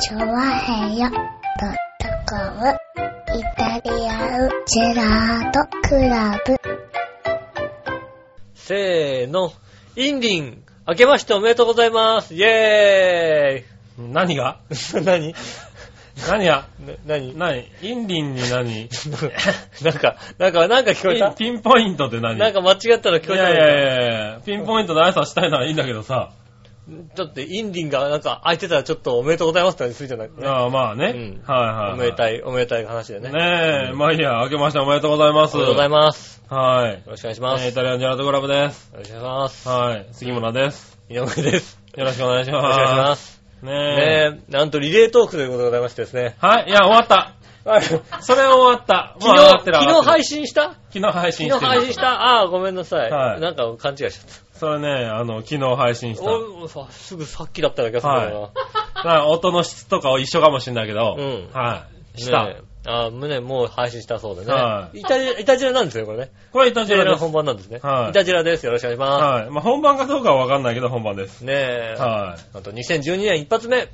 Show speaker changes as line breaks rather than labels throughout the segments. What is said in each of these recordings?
チョワヘヨドットコムイタリアンジェラートクラブ。
せーの。インディン、明けましておめでとうございます。イェーイ
何が
何
何が
な何
何インリンに何
なんか、なんか、なんか聞こえた
ピンピンポイントって何
なんか間違ったら聞こえた
いやいやいやいや、ピンポイントで挨拶したいならいいんだけどさ。
だって、インディンがなんか開いてたらちょっとおめでとうございますって話するじゃない、
ああまあね。
うん
はいはいはい。
おめでた
い。
い、おめでたい話でね。
ねえ、まあいいや、明けましておめでとうございます。
おめでとうございます。
す。はい。
よろしくお願いし
え
ます。
ーイタリアンジェラートクラブです。
よろしくお願いします。
はい。杉村です。
井上です。
よろしくお願いし
よ
ま
ろし
す。
くお願いします。
ねえ。
ねえ、なんとリレートークということでございましてですね。
はい、いや、終わった。
昨
それは終わった。
日、昨日配
信。
信した
昨日配信
昨
して
日配
る。
信したああ、ごめんなさい。
はい
なんか勘違いしちゃっ。
それね、あの、昨日配信したた。
おいさすぐさっきだったような気がするんだよ
だから音の質とかは一緒かもしれないけど、
うん
は
な。
い。した。
ねえああ、胸もう配信したそうでね。、
はい
イタジラ、イタジラなんですよ、これね。
これイタ
イ
ジ
タジラ
ェラで
の
す。
本番なんですね。
はい
イタジラです。よろしくお願いします。
はい。まあ、本番かどうかはわかんないけど、本番です。
ねえ。
は
あと2012年一発目。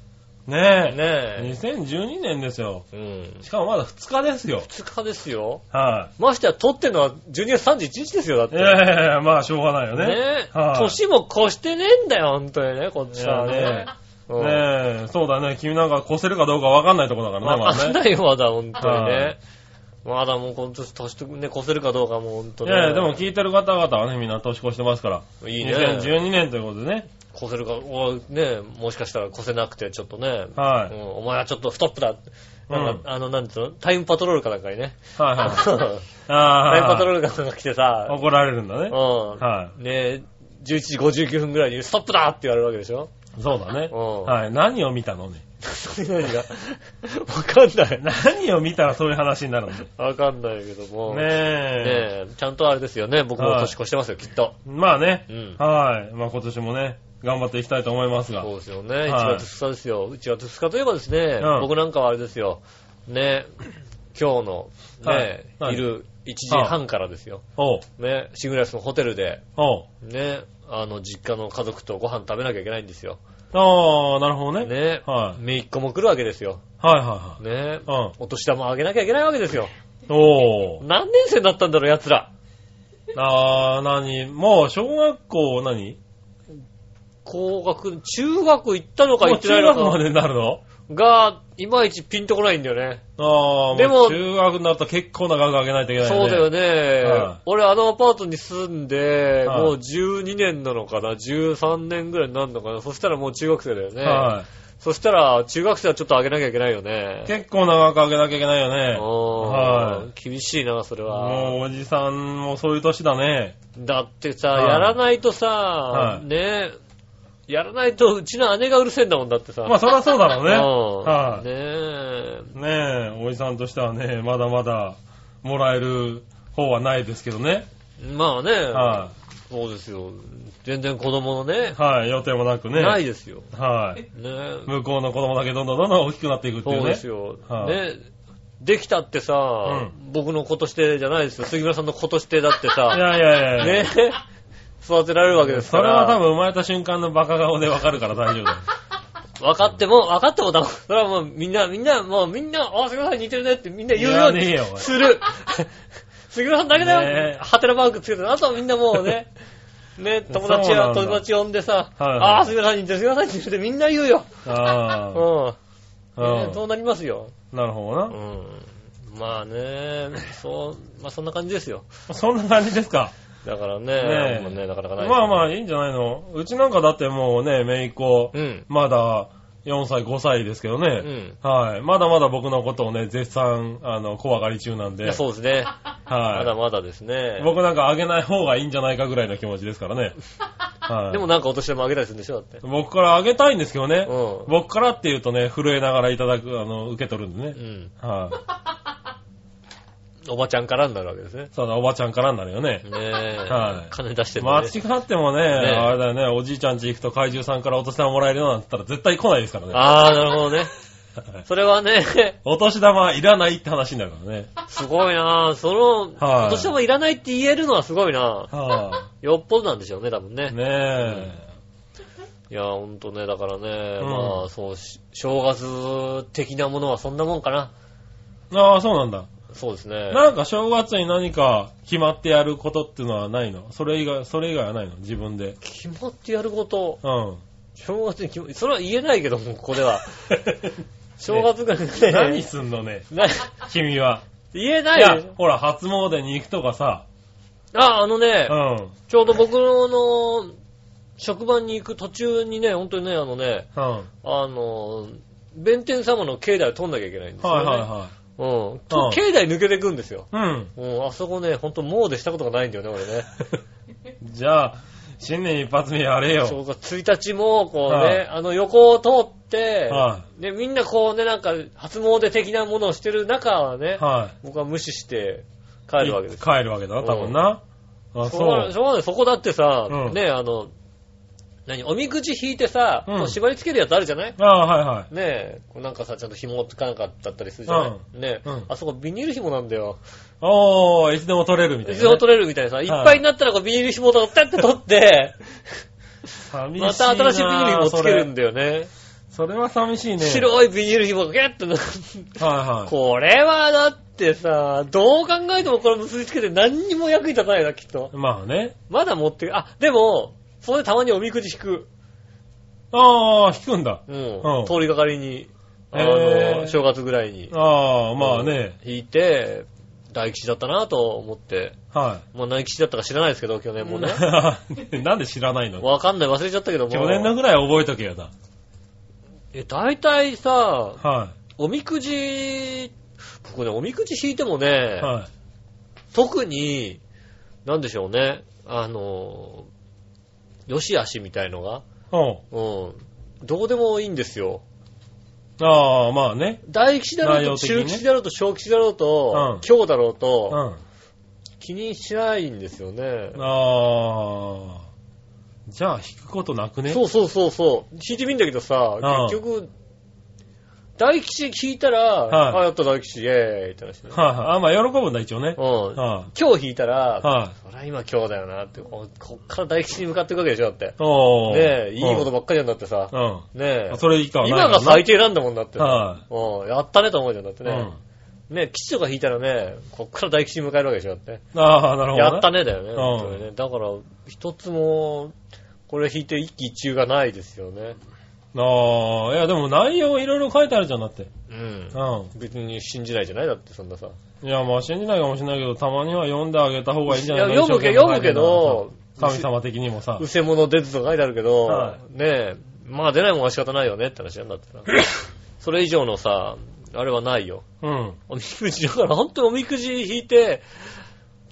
ね
い。ねえ。
え。
2012年ですよ。
うん。
しかもまだ2日ですよ。
2日ですよ。
は
ましてや撮ってるのは12月31日ですよ、だっ
い。
て。
いやいやいや、まあ、しょうがないよね。
ねえ、
はい。
年も越してねえんだよ、本当にね、こっちはね。
いやね
うん
ねえ、そうだね。君なんか越せるかどうかわかんないとこだからね、
わ
ま
か
だ
ん
ね。
ないよ、まだ、本当に
は
ね
い。
まだもう今年年とね、越せるかどうかもう本当
い
に。
やいや、でも聞いてる方々はね、みんな年越してますから。
いいね
2012年ということでね。
越せるか、おね、もしかしたら越せなくて、ちょっとね、
は
う
い
んお前はちょっとストップだ。なんか、あの、なんつうのタイムパトロールかなんかにね。
はい
タイ
はい。
ムパ
あ
トロ
あ、
ールかなんか来てさ、
怒られるんだ
う
ね
ん。。
は
ね11時59分ぐらいにストップだって言われるわけでしょ
い。そうだね。
うん
はい。何を見たのね。
何がわかんない。
何を見たらそういう話になるのね
わかんないけども。ね
え。
え、ちゃんとあれですよね。僕も年越してますよ、きっと。
まあね
う。ん。
はい。まあ今年もね、頑張っていきたいと思いますが。
そう
は
ですよね。1
はい
月2日ですよ。1月2日といえばですね、
うん
僕なんかはあれですよ。ね、今日の、ね、
はいはい
昼1時半からですよ。
おう。
ね、シングラスのホテルで、
おう。
ね、あの、実家の家族とご飯食べなきゃいけないんですよ。
ああ、なるほどね。
ね、
はい。
めいっ子も来るわけですよ。
はいは
ね、
いはい。
お年玉あげなきゃいけないわけですよ。
うん。おう。
何年生になったんだろう、奴ら。
ああ、何もう小学校何
高学、中学行ったのか
も
行
う
ってな
中
いの
学
か
ま。でになるの
が、いまいちピンとこないんだよね。
ああ、
で
で
も
もう中学になったら結構な額上げないといけないね。
そうだよね。
はい
俺、あのアパートに住んで、
はい
もう12年なのかな、13年ぐらいになるのかな。そしたらもう中学生だよね。
は
そしたら、中学生はちょっと上げなきゃいけないよね
い。。結構な額上げなきゃいけないよね。
おー
はい
厳しいな、それ
もう
は。
おじさんもそういう年だね。
だってさ、
はい
やらないとさ、
い
ね、やらないとうちの姉がうるせえんだもんだってさ。
まあそりゃそうだろうね。はい
うん。ねえ。
ねえ、おじさんとしてはね、まだまだもらえる方はないですけどね。
まあね、
は
そうですよ。全然子供のね
い、、はい、予定もなくね。
ないですよ。
はい。
ねえ。
向こうの子供だけどんどんどんどん大きくなっていくっていうね。
そうですよ。
はい
ね、できたってさ、僕の子としてじゃないですよ。杉村さんの子としてだって
い
さ、
やいやいやいや
ね、育てられるわけです
そ
か
れは
ら。
多分生まれた瞬間のバカ顔でわかるから大丈夫だよ。
分かっても、分かってもだ。それはもうみんな、みんな、もうみんな、あ、杉村さん似てるねってみんな言うように
言わねえよおい
す る。杉村さんだけだよ。
ね
ハテナマークつけてる。あとはみんなもう ね、ね、友達
そうな
や
んだ
友達呼んでさ、
はいはい
ああ、杉村さん似てる、杉村さん似てるってみんな言うよ。
あ
うん。
あ。
ねそうなりますよ。
うん。なるほどな。
うんまあね、そう、まあそんな感じですよ。
そんな感じですか。
だからね、
ねえ
もうねなかなかない、
まあまあ
あ、
いいんじゃないのうちなんかだってもうね、めいっ子
う、ん。
まだ4歳、5歳ですけど
う
ね。
ん。
はい。まだまだ僕のことをね、絶賛、あの、怖がり中なん
い
で。
やそうですね。まだ
は
まだですね
い。。僕なんかあげない方がいいんじゃないかぐらいの気持ちですか らね。はい。
でもなんかお年玉あげたりするんでしょだって。
僕からあげたいんですけどね。
う
僕からって言うとね、震えながらいただく、あの、受け取るんでね。
ん。うん。
はい。
おばちゃんからになるわけですね。
そうだ、おばちゃんからになるよね。
ねえ。
はい
金出してる
間
の
違
ね。
ってもね、
え
あれだよね、おじいちゃん家行くと怪獣さんからお年玉もらえるようになったら絶対来ないですからね。
ああ、なるほどね。それはね、
お年玉いらないって話になるからね。
すごいなその、
はい
お年玉いらないって言えるのはすごいな
は
よっぽどなんでしょうね、多分ね。
ぁ、ね
い
え。
や、ほんとね、だからね、
うん
まあ、そうし、正月的なものはそんなもんかな。
ああ、そうなんだ。
そうですね。
なんか正月に何か決まってやることっていうのはないのそれ以外、それ以外はないの自分で。
決まってやること、
うん。
正月に決まそれは言えないけども、ここで は。正月がね、
何すんのね、
な
君は。
言えないいよ
や、ほら、初詣に行くとかさ。
あ、あのね、
うん。
ちょうど僕の、職場に行く途中にね、ほんとにね、あのね、
うん。はい
あの、弁天様の境内を通んなきゃいけないんですよ、ね。
は
うん。
うん
と境内抜けてくんですよ。
いはい。
うん、あそこね、ほんともうでしたことがないんだよね、俺 ね。
うん。じゃあ、新年一発目やれよ。
正月1日も、こうね、
はい
あの横を通って、
は
で、みんなこうね、なんか、初詣的なものをしてる中はね、
はい。
僕は無視して帰るわけですよ。
帰るわけだな、多分な。あ、
そ
そう
な
う
の。そうなのそこだってさ、
うん
ね、あの、何、おみくじ引いてさ、
うん
こう縛り付けるやつあるじゃない
ああ、はいはい。
ねえ、こうなんかさ、ちゃんと紐つかなかったりするじゃない、ねえ、
うん
あそこビニール紐なんだよ。
おー、いつでも取れるみたいなね。
水を取れるみたいなさ、いっぱいになったらこうビニール紐を取って取 って、
寂しいな
また新しいビニール紐をつけるん
で。
だよね。
それは寂しいね。
白いビニール紐がギュッとな、
はいはい。
これはだってさ、どう考えてもこれ結びつけて何にも役に立たないな、きっと。
まあね。
まだ持ってる。あ、でも、それでたまにおみくじ引く。
ああ、引くんだ。
うん。
うん
通りがかりに、あ
へ
の、
ー
正月ぐらいに。
ああ、まあね。
引いて、大吉だったなと思って。
は
もう何吉だったか知らないですけど、去年もね。
い。 なんで知らない の
わかんない、忘れちゃったけども。
去年のぐらい覚えとけよな。
え、大体さ、
は
おみくじ、僕ね、おみくじ引いてもね
い。、は
特に、なんでしょうね、あの、よし悪しみたいのが、
い。おう
うん、どうでもいいんですよ。
ああ、まあね。
大吉だろうと、
内容的に
中
ね
吉だろうと、小吉だろうと、
うん
今日だろう
う
と、
ん。
気にしないんですよね。
ああ。じゃあ、引くことなくね。
そうそうそうそう。引いてみんだけどさ、
うん
結局、大吉引いたら、
はい
あ、やった大吉、イェーイって話ね。
はいはい。あまあ、喜ぶんだ、一応ね。
うん。
は
今日引いたら、
い。はい。
そりゃ今今日だよなって、ここっから大吉に向かっていくわけでしょ、だって。
おー。
ねえ、いいことばっかりなんだってさ。
うん。
ねえ
あ。それ以下はない
今が
から
最低なんだもんだって。
なは
うん、やったねと思うじゃん、だって
い。
ね。ねえ、吉とか引いたらね、こっから大吉に向かえるわけでしょ、だって。
うん。ああ、なるほど。
やった
ね。
ねだよね、
うん
本当にね。だから、一つも、これ引いて一喜一憂がないですよね。
ああ、いや、でも内容いろいろ書いてあるじゃん、だって。
うん。
う
別に信じないじゃないだってそんなさ。
ん。いや、まあ、信じないかもしれないけど、たまには読んであげた方がいいんじゃない
い
か
や読むけど読むけど
神様的にもさ。
うせ者出ずと書いてあるけど、
は
ねえ、まあ出ないもんは仕方ないよねって話なんだって さ。それ以上のさ、あれはないよ。
うん。
おみくじ、だから本当におみくじ引いて、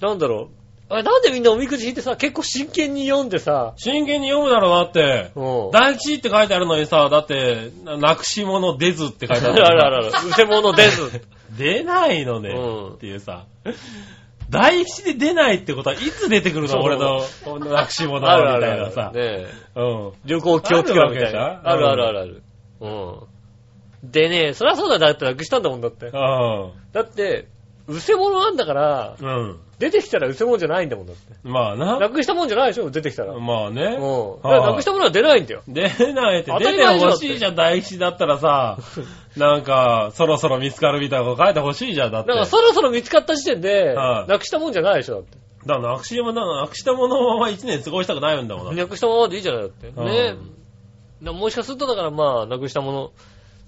なんだろう。あれなんでみんなおみくじ引いてさ、結構真剣に読んでさ、
真剣に読むだろうなって。
うん。
大吉って書いてあるのにさ、だって、ななくし物出ずって書いてあ
あ
るの
ら
にさ。
あらあら、うせ者出ず。
出ないのね、
うん
っていうさ。大吉で出ないってことはいつ出てくる
そう
の俺の、なくし物
ある
は
あ
み
る
たい
あ
な
る。
さ。
ねえ。
うん。
旅行気をつけろみたいな。あ
あ
る
る
あ
わ
る
け
あるある。うん。でね、そりゃそうだよ、だってなくしたんだもんだって。だって、うせ者なんだから、
うん。
出てきたらうせ者じゃないんだもんだって。
うん。まあな。
なくしたもんじゃないでしょ、出てきたら。うん。
まあね。
だからなくしたものは出ないんだよ。
出ないって
当、た
出
り
て
前じゃん
ほしいじゃん、大吉だった らさ、なんか、そろそろ見つかるみたいなこと書いてほしいじゃん、だっ
だ
て。
からそろそろ見つかった時点で、
はい
なくしたもんじゃないでしょ、だって。
だからなくしもの、なくしたものをまま一年過ごしたくないんだもんな。
なくしたままでいいじゃないだって。
うん
ねなもしかするとだからまあ、なくしたもの。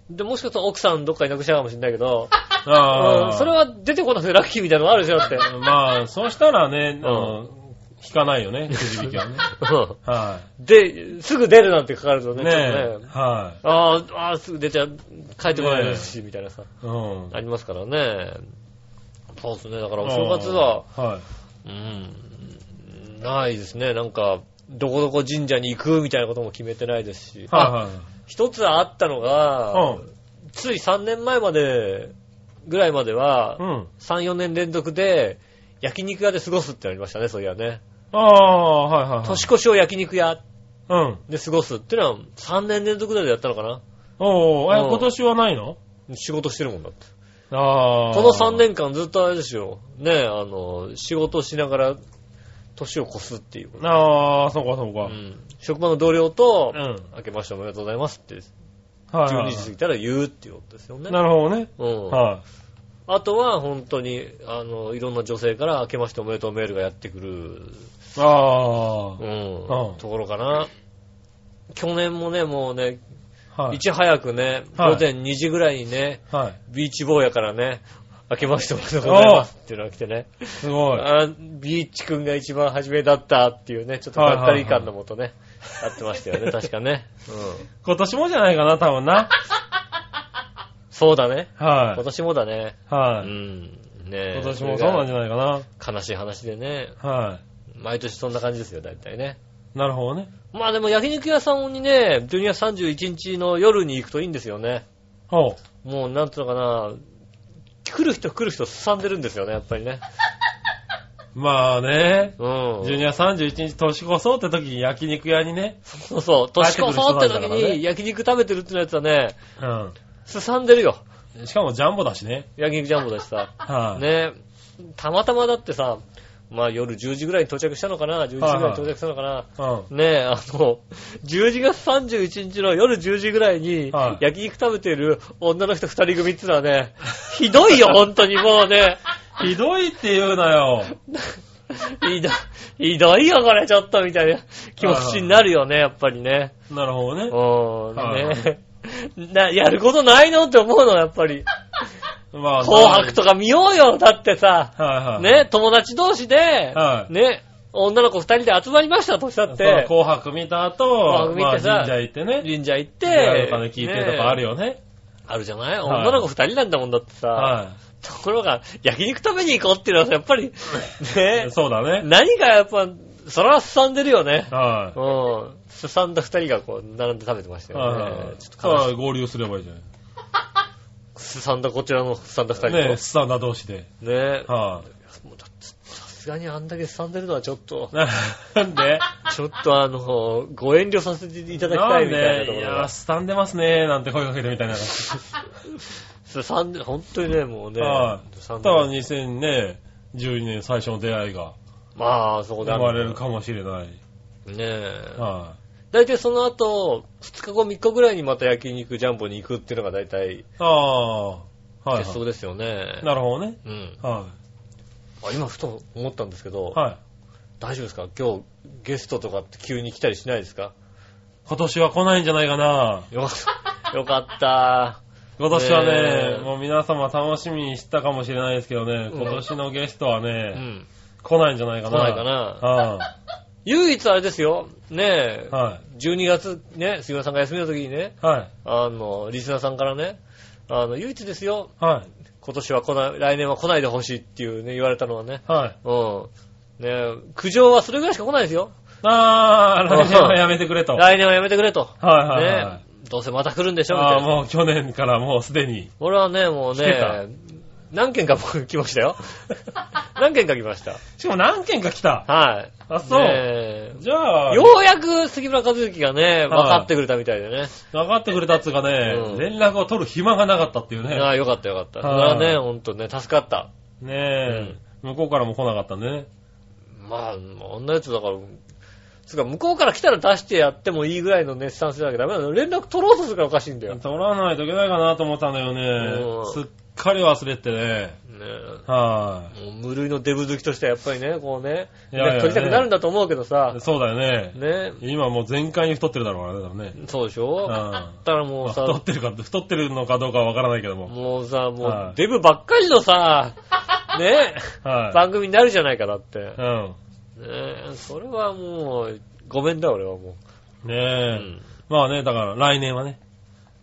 で、もしかすると奥さんどっかになくしたかもしれないけど、う
ああ
んそれは出てこなくてラッキーみたいなのがあるでしょ、 だって。
まあ、そうしたらね、
ん
あの、引かないよ ね、くじ引きはね。
うん
は
で、すぐ出るなんて書かれると
い。
ね、
ね
ちょっと
え。
ね。
は
あーあー、すぐ出ちゃう、帰ってこないですし、みたいなさ、
い。うん。
ありますからね。そうですね、だからお正月は、
ああ。はい。
うん、ないですね、なんか、どこどこ神社に行くみたいなことも決めてないですし。あ
は
一つあったの
い
が、
はい。
つい3年前まで、ぐらいまでは、
うん。うん。
3、4年連続で、焼肉屋で過ごすってなりましたね、そういやね。
ああ、はいはいはい
年。越しを焼肉屋
うん。
で過ごすってのは、3年連続でやったのかな
おー、え
うん
今年はないの
仕事してるもんだって。
ああ。
この3。年間ずっとあれですよ。ね、あの、仕事しながら、年を越すっていうこと。
ああ、そうかそうか。
うん職場の同僚と
う、ん。
明けましておめでとうございますって、
はいは
12
い
時過ぎたら言うっていうことですよね。
なるほどね。
うん。
は
あとは、本当に、あの、いろんな女性から明けましておめでとうメールがやってくる、
い。あ
うん、
うん
ところかな。去年もね、もうね、
あ。はいい。
ち早くね、
はい
午前2時ぐらいにね、
はい。
ビーチ坊やからね、明けましておめでとうございますっていうのが来てね、
すごい。
あービーチくんが一番初めだったっていうね、ちょっとがっかり感のもとね、やってました よね、確かね。うん。
今年もじゃないかな、多分な。
そうだね。今
は
年もだね。
い。
う
はい。
ん。ねえ
今年もそうなんじ
そ
ゃないかな。
れが悲しい話でね、
は
毎年そんな感じですよ、大体ね。
い。なるほどね。
まあでも焼肉屋さんにね、12月31日の夜に行くといいんですよね。
ほう。
もうなんていうのかな、来る人来る人すさんでるんですよね、やっぱりね。
まあね、
うん。
12月31日年越そうって時に焼肉屋にね、
そうそう、年越そうって時
帰ってくる人なんだからね
に焼肉食べてるってやつはね、
う
すさんでるよ。
ん。しかもジャンボだしね。
焼肉ジャンボだしさ。
はい、
ねたまたまだってさ、まあ夜10時ぐらいに到着したのかな、11時ぐらいに到着したのかな。
う
ねあの、12月31日の夜10時ぐらいに
は、い
焼肉食べてる女の人二人組ってのはね、ひどいよ、本当にもうね。
ん。ひどいって言うなよ。
ひどい、ひどいよ、これ、ちょっと、みたいな気持ちになるよね、やっぱりね。
なるほどね。
うん、
はい
ね。 な、やることないのって思うの、やっぱり。
まあ、
紅白とか見ようよ、だってさ。
はいはい。。
ね、友達同士で、
はい
ね、女の子二人で集まりました、としたっ
そう
て。
紅白見た後、
紅白見
まあ
てさ
神社行ってね。
神社行っ
で、ラ
て
ジオ、かで聞いてとかある
よ。
よね。
あるじゃない
はい
女の子二人なんだもんだってさ。
は
ところが、焼肉食べに行こうっていうのはさやっ ぱり、ね
い。、そうだね。
何かやっぱ、そらすさんでるよね。
は
うん。すさんだ二人がこう、並んで食べてまし
い。
たよ
は
ね。
い。
ちょっ
さ
と悲しい
あ、合流すればいいじゃない。
すさんだ、こちらのすさんだ二人と。
ね
ね
スタンダー同士で。
え。
は
もうだってさすがにあんだけすさん でるのはちょっ と
い。、なんで
ちょっとあの、ご遠慮させていただきたいみたいなとこ
ん
ろ
でいやー、
が。
スタンでますねーなんて声かけてみたいな。
すさんで、本当にね、もうね。
はい。
す
た
さんで
だ2012年最初の出会いが
まあ、そこで
生
あ
まれるかもしれない。
ねえ。
は
大体その後、2日後3日ぐらいにまた焼肉ジャンボに行くっていうのが大体
い。ああ、はい、
鉄
は
則ですよね。
い。なるほどね。
うん。
は
あ今ふと思ったんですけど、
い。はい。
大丈夫ですか今日ゲストとかって急に来たりしないですか
今年は来ないんじゃないかな。
よかった。よかった。
今年は
ね
ね
え、
もう皆様楽しみにしたかもしれないですけどね、
うん
今年のゲストは
う
ね、
ん。
来ないんじゃないか
来
な。
ないかな。
は
唯一あれですよ。ねえ
い。。は
12月ね、杉村さんが休みの時にね、
い。はい。
あの、リスナーさんからね、あの、唯一ですよ。
はい。
今年は来ない、来年は来ないでほしいっていうね、言われたのはね。
はい。
うん。ねえ苦情はそれぐらいしか来ないですよ。
あー、来年はやめてくれと。は
来
い
年はやめてくれと。
はいは
ね
い。
どうせまた来るんでしょみた
あー、
いな。
もう去年からもうすでに。
俺はね、もう
来てた
ね、何件か僕来ました よ。何件か来ました。
しかも何件か来た。
はい。
あ、そう。
ねえ
じゃあ、
ようやく杉村和之がね、分かってくれたみたいでね。
分かってくれたっつうかね、
うん
連絡を取る暇がなかったっていう
あ
ね。
あ、よかったよかった。それ
はい
はね、ほんとね、助かった。
ねえ、向こうからも来なかったんでね。
まあ、あんなやつだから、つうか、向こうから来たら出してやってもいいぐらいの熱賛するだけダメなの。連絡取ろうとするからおかしいんだよ。ね
取らないといけないかなと思ったんだよね
う。ん
すっかり忘れてね。は
えもう無類のデブ好きとしてはやっぱりね、こうね、
いや
連
いや
絡取りたくなるんだと思うけどさ
い。、そうだよね。
ね
今もう全開に太ってるだろうからね、多分ね。
そうでしょ
うん
だからもう
まあ太
さ
っ、てるか、太ってるのかどうかはわからないけども。
もうさ、も
は
う
い
デブばっかりの さ、ね
は
番組になるじゃないかだって。
い。うん。
ねそれはもう、ごめんだ俺はも
ね
う。う
え、
ん。
まあね、だから来年はね、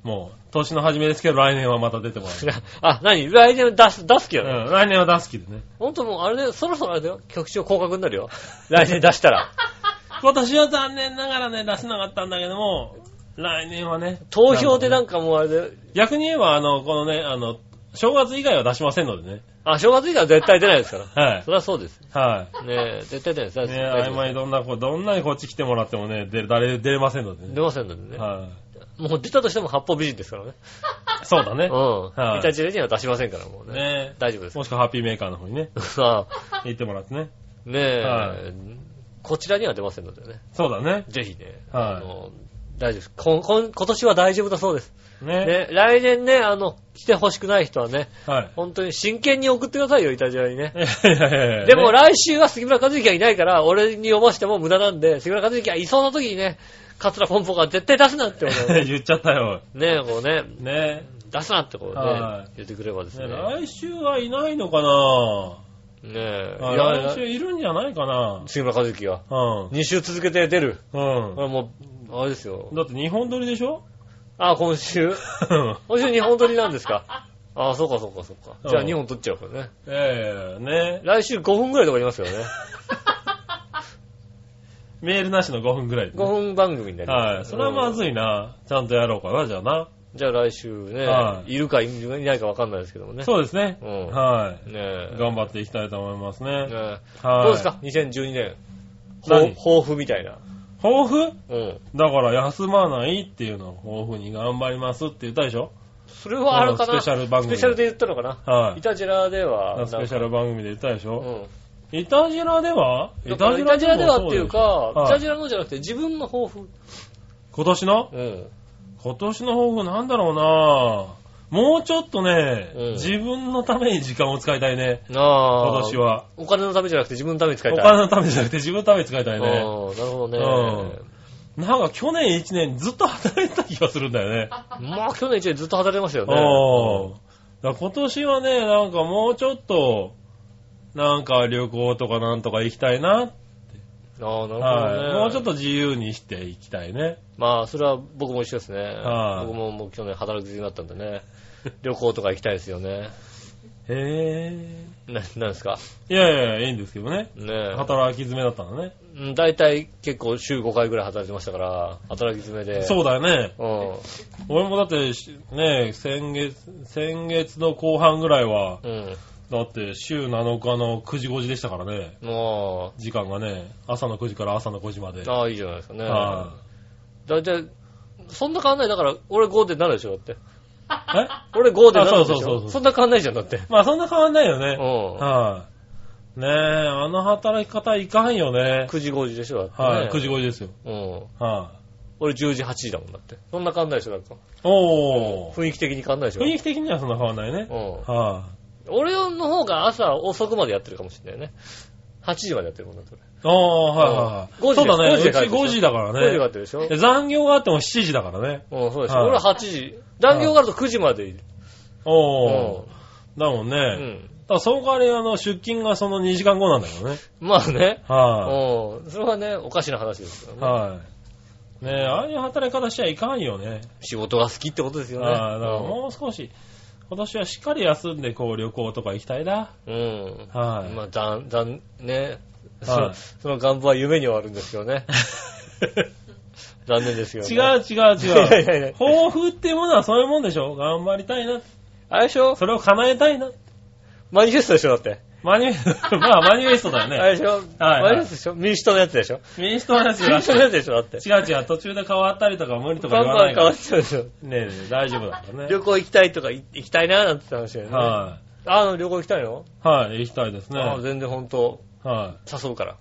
もう、年の初めですけど来年はまた出てもらう。
あ、何来年出す、出す気だね。
うん、来年は出す気でね。
ほんともう、あれだよ、そろそろあれだよ、局長降格になるよ。来年出した ら。
今年は残念ながらね、出せなかったんだけども、来年はね。
投票でなんかもうあれだよ、
逆に言えば、あの、このね、あの、正月以外は出しませんのでね。
あ、正月以外は絶対出ないですから。
はい
そ。りゃそうです。
は
ねえ、絶対出ないです。
い。ね曖昧どんな子、どんなにこっち来てもらってもね、出誰、出れませんので
出
ね。
ませんのでね。
は
もう出たとしても八方美人ですからね。
い。そうだね。
う
は
ん。
い
イタチレには出しませんから、もうね。
ね
大丈夫です。
もしくはハッピーメーカーの方にね、
さあ、
行ってもらってね。
ねえ、
はい
こちらには出ませんのでね。
そうだね。
ぜひね、
はい
あの、大丈夫です。こんこん今年は大丈夫だそうです。
ね。
ね、来年ね、あの、来てほしくない人はね、
はい。
本当に真剣に送ってくださいよ、イタジラにね。
いやいやいやいや
でも
ね
来週は杉村和之がいないから、俺に読ましても無駄なんで、杉村和之がいそうな時にね、桂ポンポが絶対出すなって俺は ね
言っちゃったよ。
ね、こうね、
ね。
出すなってこう
は
ね、言ってくれればですね。
ね
ね
来週はいないのかな
え、い
あ
や
来週いるんじゃないかな
杉村和之が
うん。
2週続けて出る。
うん
こ。れもう、あれですよ。
だって日本撮りでし ょ
あ、今週今週日本撮りなんですかあ、そうかそうかそうか。じゃあ
うん
2本撮っちゃうからね。
ええね。
来週5分ぐらいとかいますよ ね。
メールなしの5分ぐらいで
5
ね、
分番組になります。
はい。それはま
い。
ずいな。ちゃんとやろうかな、じゃあな。
じゃあ来週ね
は、い
いるかいないかわかんないですけどもね。
そうですね。
うん
はい。
ねえ。
頑張っていきたいと思いますね。
ねえ
はい。
どうですか ?2012 年。抱
何
抱負みたいな。
抱負
うん。
だから休まないっていうのを抱負に頑張りますって言ったでしょ
それはあるか
うん
な
スペシャル番組
スペシャルで言ったのかな
は
イ
い。
タジラでは。
スペシャ
ル。
ル番組で言ったでし
う
ょ、
ん。
イタジラでは
イタジラではっていうか、
そうでしょ
イ
は
タ
い
ジラのじゃなくて自分の抱負。
今年の
うん。
今年の抱負なんだろうなもうちょっとね、
うん
自分のために時間を使いたいね。
なあ。
今年は。
お金のためじゃなくて自分のために使い
お
たい。
金のためじゃなくて自分のために使いたい
う
ね。
んなるほどね。
なんか去年1年ずっと働いてた気がするんだよね。
まあ去年一年ずっと働いてましたよね。
うんだから今年はね、なんかもうちょっと、なんか旅行とかなんとか行きたいな。
ああ、なるほどね、
はい。もうちょっと自由にしていきたいね。
まあそれは僕も一緒ですね。
はい
僕ももう去年働く時になったんでね。 旅行とか行きたいですよね。
へえ。
な、なんですか
いやいやいや、いいんですけどね。
ねえ。
働き詰めだったのね。
うん大体結構週5回ぐらい働いてましたから、働き詰めで。
そうだよね。
う
俺もだってし、ね、先月、先月の後半ぐらいは、
ん。うん。
だって週7日の9時5時でしたからね。
も
時間がね、朝の9時から朝の5時まで。
う、ああ、いいじゃないですかね。
は
大体、そんな変わんない。だから、俺5.7でしょ、だって。
いえ
俺5.7でしょ。
あそうそうそうそう
そんな変わんないじゃん、だって。
まあそんな変わんないよ
う
ね。
ん。
はい。ねえ、あの働き方いかんよね。
9時5時でしょ、だって、ね。
はい、9時5時ですよ。
うん。
は
俺10時8時だもんだって。そんな変わんないでしょ、なんか。
い。おー。
雰囲気的に変わんないでしょ。
雰囲気的にはそんな変わんないね。
うん。
は
俺の方が朝遅くまでやってるかもしれないね。8時までやってるもんだって俺。
い。あー、はいはいは
5
い。
時
そうだ
5
ね。う
時
ち
で帰るでしょ
5時だから
5時がや
ね
ってるでしょ。。
で残業があっても7時だからね。
うん、そうでしょ。
はい
俺は8時。残業があると9時までいる。
おー。だもんね。
うん。うん。
だからその代わり、あの、出勤がその2時間後なんだけどね。
まあね。
は
うん。それはね、おかしな話ですけど
い。
ね。
はい。ねえ、ああいう働き方しちゃいかんよね。
仕事が好きってことですよね。
ああ、だからもう少し、今年はしっかり休んで、こう、旅行とか行きたいな。
うん。
はい
まあ、だん、だん、ね。
はい
そその願望は夢に終わるんですけど ね。残念ですよね。
違う違う
いやいやい
違
や
う。抱負っていうものはそういうもんでしょ頑張りたいな。
あれでしょ
それを叶えたいな。
マニフェストでしょだって。
マニ フェまあマニフェストだよ
あ
ね。
れでしょ
はい
マニフェストでしょ民主党のやつでしょ
民主党のやつ
民主党のやつでしょだって。
違う違う。途中で変わったりとか無理とか
バン
言わ
バ
な
ン
い
変
か
わ
ら。
っ
ね
ちゃうでしょ。
えねえ、大丈夫だからね。
旅行行きたいとか、い行きたいなーなんて話だよね。
は
あの、旅行行きたいの
い。はい、行きたいですね。
あ
はい。
全然本当
あ
誘うから。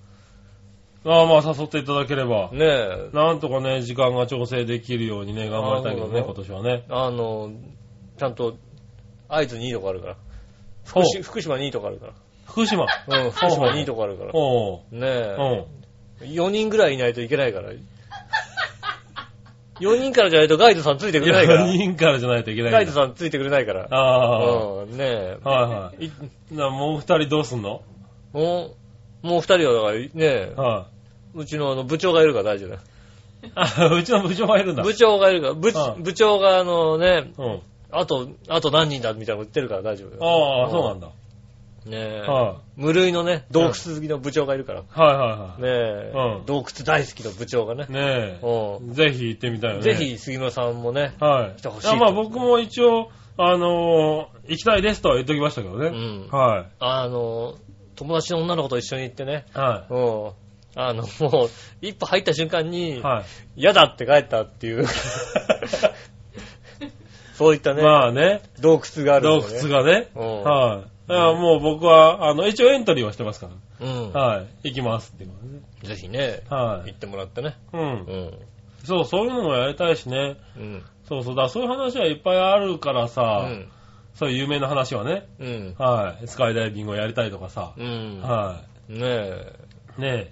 あ、まあ誘っていただければ。
ねえ、
なんとかね、時間が調整できるようにね、頑張りたいけどね、
あー
今年はね。
あの、ちゃんと、合図にいいとこあるから。
ほ
福
う
島福島にいいとこあるか
福島。
ら。うん、福島にいいとこあるから。
おう。
ね
うん。
え、4人ぐらいいないといけないから。4人からじゃないとガイドさんついてくれないか
4
ら。
人からじゃないといけないんだ。
ガイドさんついてくれないから。
あ
うん、ね
あ。はい
え。い
はい。なもう二人どうすんの
もう、もう二人はだから、ねえ、
は
うちのあの部長がいるから大丈夫だよ。
い。あ、 うちの部長がいるんだ。
部長がいるから、部
ああ
部長があのね、
うん。
あと、あと何人だみたいなの言ってるから大丈夫だよ。
ああ、そうなんだ。
ねえ。
は
無類のね、洞窟好きの部長がいるから。
い。はいはいは
ねえ、
うん
洞窟大好きの部長がね
い。。ね
う
え。ぜひ行ってみたいよ
ん。ぜ。
ね。
ひ杉村さんもね、
はい。
来てほしい
あまあ僕も一応、あのー、行きたいですとは言っときましたけど
う
ね。
ん。
は
あの、友達の女の子と一緒に行ってね、
い。は
うん。あの、もう、一歩入った瞬間
い。
に、
はい。
嫌だって帰ったって いう。そういったね、
まあね、
洞窟がある
洞
のね
窟がね。
うん
はい。だからもう僕は、あの、一応エントリーはしてますから。
うん。
はい。行きますっていうことね。
ぜひね、
は
行
い。
ってもらってね。
う。
うんん。
そう、そういうのもやりたいしね。
うん。
そうそうだ、そういう話はいっぱいあるから
う
さ、
ん。
そういう有名な話はね、
うん。
はい。スカイダイビングをやりたいとかさ、
うん。
は
ねえ。
い。ねえ。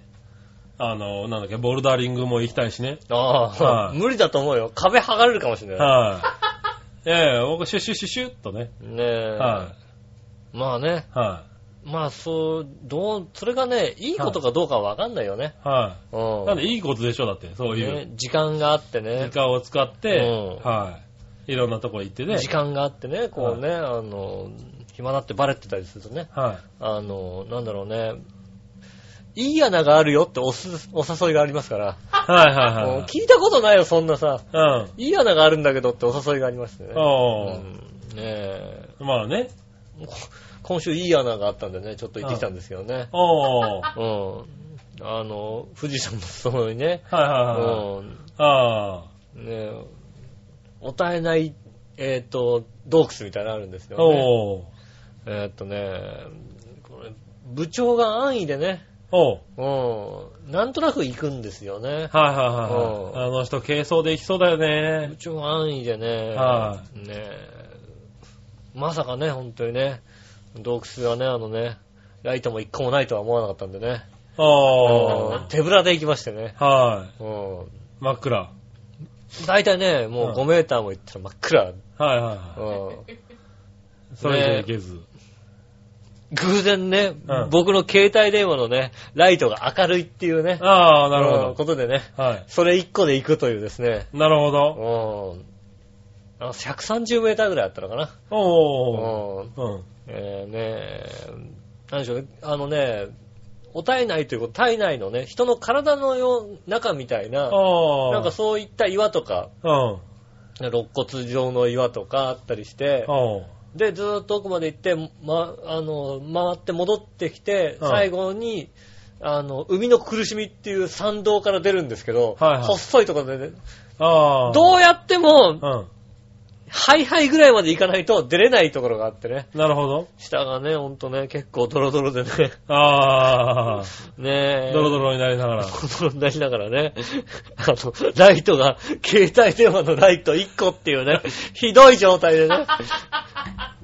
あの、なんだっけ、ボルダリングも行きたいしね。
ああ、
はい
無理だと思うよ。壁剥がれるかもしれない。
はい。 ええ、僕、シュッシュッシュッシュッとね。
ねえ。
は
まあね。
い。は
まあそう、どう、それがね、いいことかどうかはわかんないよね。
い。は
う
い。
ん。
なんで、いいことでしょ、だって、そういう。
ね時間があってね
時。間を使って、
うん
はい。いろんなとこ行ってね。
時間があってね、こうね、あの、暇だってバレてたりするとね、
は
あの、なんだろうね、いい穴があるよっておす、お誘いがありますから、
い。はいはいはい
もう
はい。
聞いたことないよ、そんなさ、
うん。
いい穴があるんだけどってお誘いがありましてね。
お
う
ー
んねえ
まあね。
こ今週いい穴があったんでね、ちょっと行ってきたんですけどね。
おー
うん。あの、富士山の裾にね、
はいは
う
いはい。
ん。
あ
ねえ、おたえない、えっ、と、洞窟みたいなのあるんです
あ。
よ、ね。
おー
えっ、とね、これ、部長が安易でね、
おー
うん、なんとなく行くんですよね。
はいはいはいはい。あの人、軽装で行きそうだよ
部
ね。
長が安易でね、
は
ねえまさかね、本当にね、洞窟はね、あのね、ライトも一個もないとは思わなかったんでね。
お
うん
ー
手ぶらで行きましてね。
は
うん
い。真っ暗。
大体ね、もう5メーターも行ったら真っ暗。
はいはいは
うん
い。それ以上行けず。
偶然ね、
うん
僕の携帯電話のね、ライトが明るいっていうね、
ああ、なる
うん
ほ
ことでね、
ど。はい。
それ一個で行くというですね、
なるほ
う
ど。
ん。あの130メーターぐらいあったのかな。
おー。
うん。
うん。
えー、ねえ、なんでしょうね、あのね、お体内ということ、体内のね、人の体のよう中みたいな、
ああ。
なんかそういった岩とか、
うん。
肋骨状の岩とかあったりして、
おー。
で、ずーっと奥まで行って、ま、あの、回って戻ってきて、
うん
最後に、あの、海の苦しみっていう参道から出るんですけど、
はいはい
細いところでね、
ああ。
どうやっても、
う
ハイハイぐらいまで行かないと出れないところがあってね、
ん。なるほど。
下がね、ほんとね、結構ドロドロでね、
ああ。
ねえ。
ドロドロになりながら。
ドロドロになりながらね、あの、ライトが、携帯電話のライト1個っていうね、ひどい状態 でね、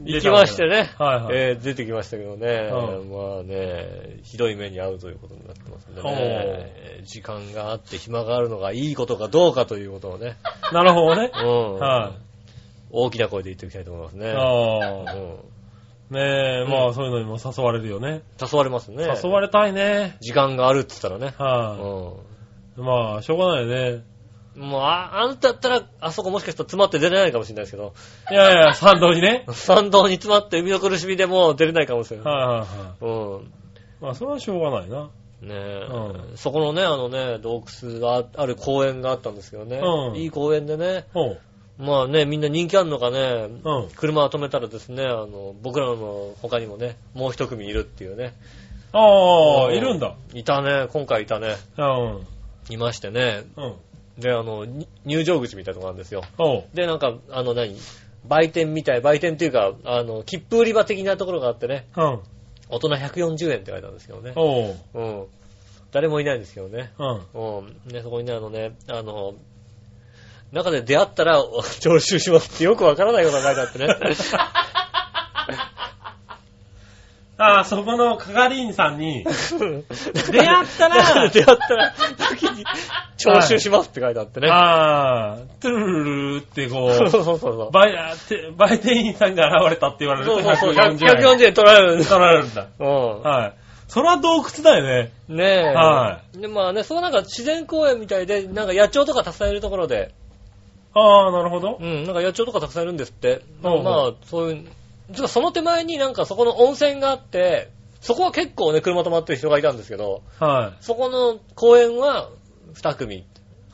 行きましてね、
はいはい
えー出てきましたけどね、
う
まあね、ひどい目に遭うということになってますんで
おー
ね、えー時間があって暇があるのがいいことかどうかということをね、
なるほどね
う。ん
は
大きな声で言っておきたいと思いますね。
い。
う
ああ。
ん
ねえ、まあそういうのにも誘われるよね。
誘われますね。
誘われたいね。
時間があるって言ったらね。う
は
ん
い。まあ、しょうがないよね。
もう、あ、あんただったら、あそこもしかしたら詰まって出れないかもしれないですけど、
いやいや、 参道にね。
参道に詰まって海の苦しみでもう出れないかもしれない。
はいはいは
うん。
い。まあ、それはしょうがないな。
ねえ、
う
そこのね、あのね、洞窟がある公園があったんですけどね、
うん
いい公園でね、
おう。
まあね、みんな人気あるのかね、
うん。
車を止めたらですね、あの、僕らの他にもね、もう一組いるっていうね。
あ
う
あ、いるんだ。。
いたね、今回いたね、
うん。
いましてね。
うん。
で、あの、に入場口みたいなとこなんですよ。
おう。
で、なんか、あの何、売店みたい、売店っていうか、あの、切符売り場的なところがあってね、
うん。
大人140円って書いてあるんですけどね。
おう。
うん。誰もいないんですけどね。
うん。
うん。ね、そこにね、あのね、あの、中で出会ったら、 お徴収しますってよくわからないことが書いてあって ね。
ああ、そこの係員さんに、
出
出会ったら
出会ったら、先に、徴収しますって書いてあってね。
ああ、トゥルルルルってこ
そう
う、
そうそう そう。
売あて売店員さんが現れたって言われる
そう
と
そうそう。
140
140円取られるん
円
で
取
す。
られるんだ。
う
はい。それは洞窟だよね。
ん。ねえ。
は
で、まあね、そうなんか自然公園みたいで、なんか野鳥とかたくさんいるところで、
ああ、なるほど
う。ん、なんか野鳥とかたくさんいるんですって。
ほうほう
まあ、そういう、実はその手前になんかそこの温泉があって、そこは結構ね、車止まってる人がいたんですけど、
はい。
そこの公園は2組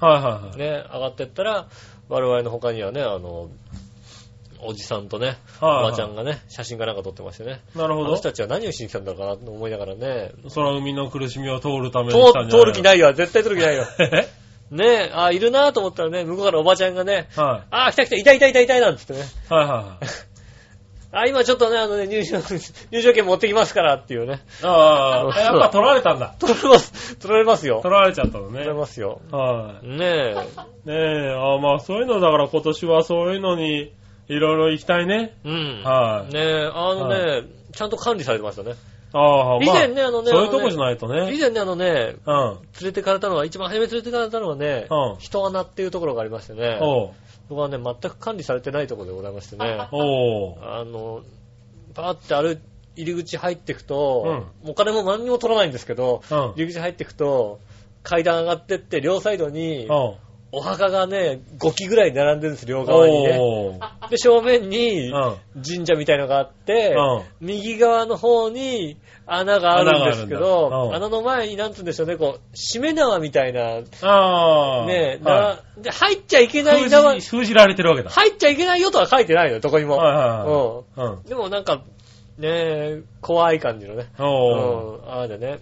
はいはいはい。
ね、上がってったら、我々の他にはね、あの、おじさんとね、
はい
お
はい
ばちゃんがね、写真がなんか撮ってましてね。
なる
あ
ほ
の
ど
人。たちは何をしに来たんだろうかなと思いながらね、
その海の苦しみを通るために
通通る気
い。
ないわ、絶対通る気ないわ。
え
ねえ、あ、いるなと思ったらね、向こうからおばちゃんがね、
は
あ、来た来た、いたいたいたいた、なんつってね。
い。はいはいはい。
あ、今ちょっとね、あのね、入場、 入場券持ってきますからっていうね。
ああ、やっぱ取られたんだ。
取れます、取れますよ。
取られちゃったの
取
ね
れ。ますよ。
はい。
ね
ねえ、ああまあそういうの、だから今年はそういうのに、いろいろ行きたいね。
え。うん。
はい。
ねえ、あのね、
は
ちゃんと管理されてましたね。
ああ、
以
まあ、
前ね、あのね、
そういうとこじゃ
い。
ないと
以
ね。
前ね、あのね、
うん。
連れてかれたのは、一番初め連れてかれたのはね、
うん
人穴っていうところがありましてね、
おう。、
僕はね、全く管理されてないところでございましてね
おう。
あの、バーってある入り口入ってくと、お金も何にも取らないんですけど、
うん。
入り口入ってくと、階段上がってって、両サイドに、
おう。
お墓がね、5基ぐらい並んでるんです、両側にね。
おう。
で、正面に
うん。、うん。
神社みたいのがあって、右側の方に穴があるんですけど、
穴があるんだ
穴,、
うん
の前に、なんつうんでしょうね、こう、しめ縄みたいな、ね
ああ。
え、
は
なで、入っちゃいけ
い
ない縄
封、じ封じられてるわけだ。
入っちゃいけないよとは書いてないのよ、どこにも。
はいはいはい。う
う
ん。
ん。でもなんか、ねえ、怖い感じのね。う
おう。
ん、あれでね。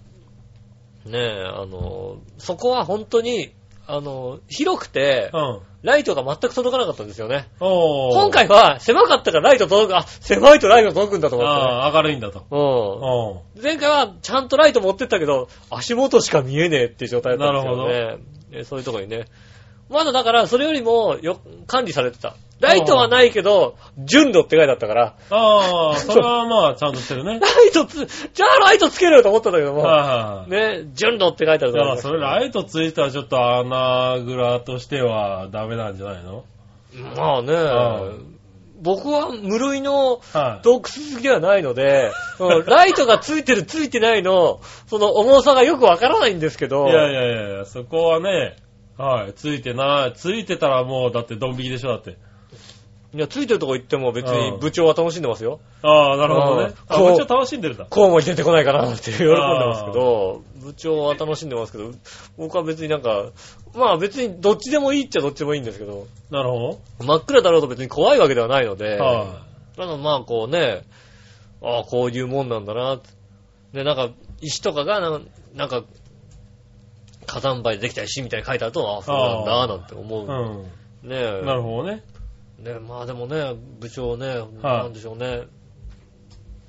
ねえ、あの、そこは本当に、あの、広くて
う、ん。
ライトが全く届かなかったんですよね。
おう。
今回は狭かったからライト届く、あ、狭いとライト届くんだと思って、ね。
ああ、明るいんだと。
うん。
おう。
前回はちゃんとライト持ってったけど、足元しか見えねえっていう状態だったんですよね。
な
えそういうとこにね。まだだから、それよりもよ管理されてた。ライトはないけど、順路って書いてあったから、
ああ、それはまあ、ちゃんとして る
ラ
ね。
イトつ、じゃあライトつけろよと思ったんだけど
はい
も、
はい。
ね、順路って書いてある
だからそれラ
イ
イトついたらちょっと穴蔵としてはダメなんじゃないの
まあね、
うん
僕は無類の
はい。
洞窟好きではないので、うんライトがついてるついてないの、その重さがよくわからないんですけど、
いやいやいやいや、そこはね、はい、ついてない、ついてたらもうだってドン引きでしょ、だって。
いやついてるとこ行っても別
う
に
ん
部長は楽しんでますよ。
ああ、なるほどね。
あ
あ、
こう
こっちは楽しんでるんだ。
こうも出てこないかなって喜んでますけど、部長は楽しんでますけど、僕は別になんか、まあ別にどっちでもいいっちゃどっちでもいいんですけど、
なるほ
真っ暗だろうと別に怖いわけではないので、
ど。は
ただまあこうね、ああ、こういうもんなんだな、で、なんか石とかがなんか、なんか、火山灰でできた石みたいに書いてあると、ああ、そうなんだ、なんて思
い。
う。
う
ね
ん。なるほどね。
ねまあでもね、部長ね、なんでしょうね、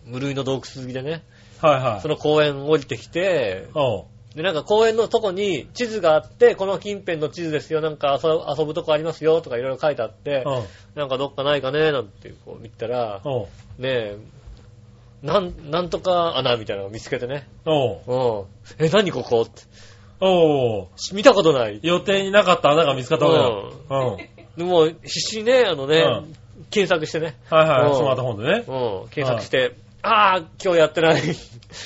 無類の洞窟好きでね、
はいはい
そ。の公園降りてきて、
おう
で、なんか公園のとこに地図があって、この近辺の地図ですよ、なんか遊ぶ遊ぶとこありますよとかいろいろ書いてあって、
うん。
なんかどっかないかね、なんてこう見たら、
おう
ねえ、なん、なんとか穴みたいなのを見つけてね、
おう
うん。え、何ここって
おう
し見たことない。
予定になかった穴が見つかったわけだ。うん。
でもう必死にね、あのね、
うん
検索してね、
はいは
うん
い、スマートフォンでね。
うん、検索して、ああー、今日やってない。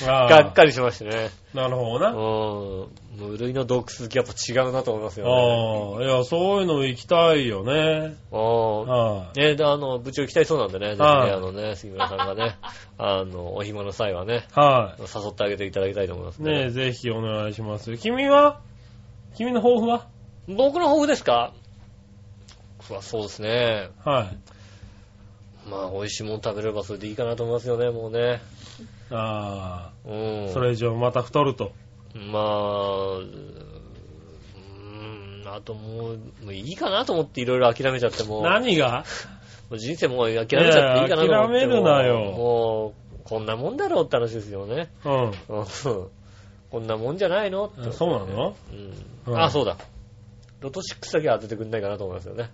ああ
がっかりしましたね。
なるほど
う
な。
ん。無類の洞窟好きやっぱ違うなと思いますよね。
ああ、いや、そういうの行きたいよね。
うん
は
ね、であの、部長行きたいそうなんでね、ぜひね、
はい
あのね、杉村さんがね、あの、お暇の際はね、
い。はい。
誘ってあげていただきたいと思います
ねえ、
ね。
ぜひお願いします。君は君の抱負は
僕の抱負ですかうわそうですね。
はい。
まあ、美味しいもの食べればそれでいいかなと思いますよね、もうね。
あ
うん。
あ、それ以上また太ると。
まあ、うーん、あともう、もういいかなと思っていろいろ諦めちゃっても、も
何が
う人生もう諦めちゃっていいかなと思って
いやいや諦めるなよ
もう、こんなもんだろうって話ですよね。
うん。
うんこんなもんじゃないのって
あそうなの
う。
うんん
あ、そうだ。ロト6だけは当ててくんないかなと思いますよね。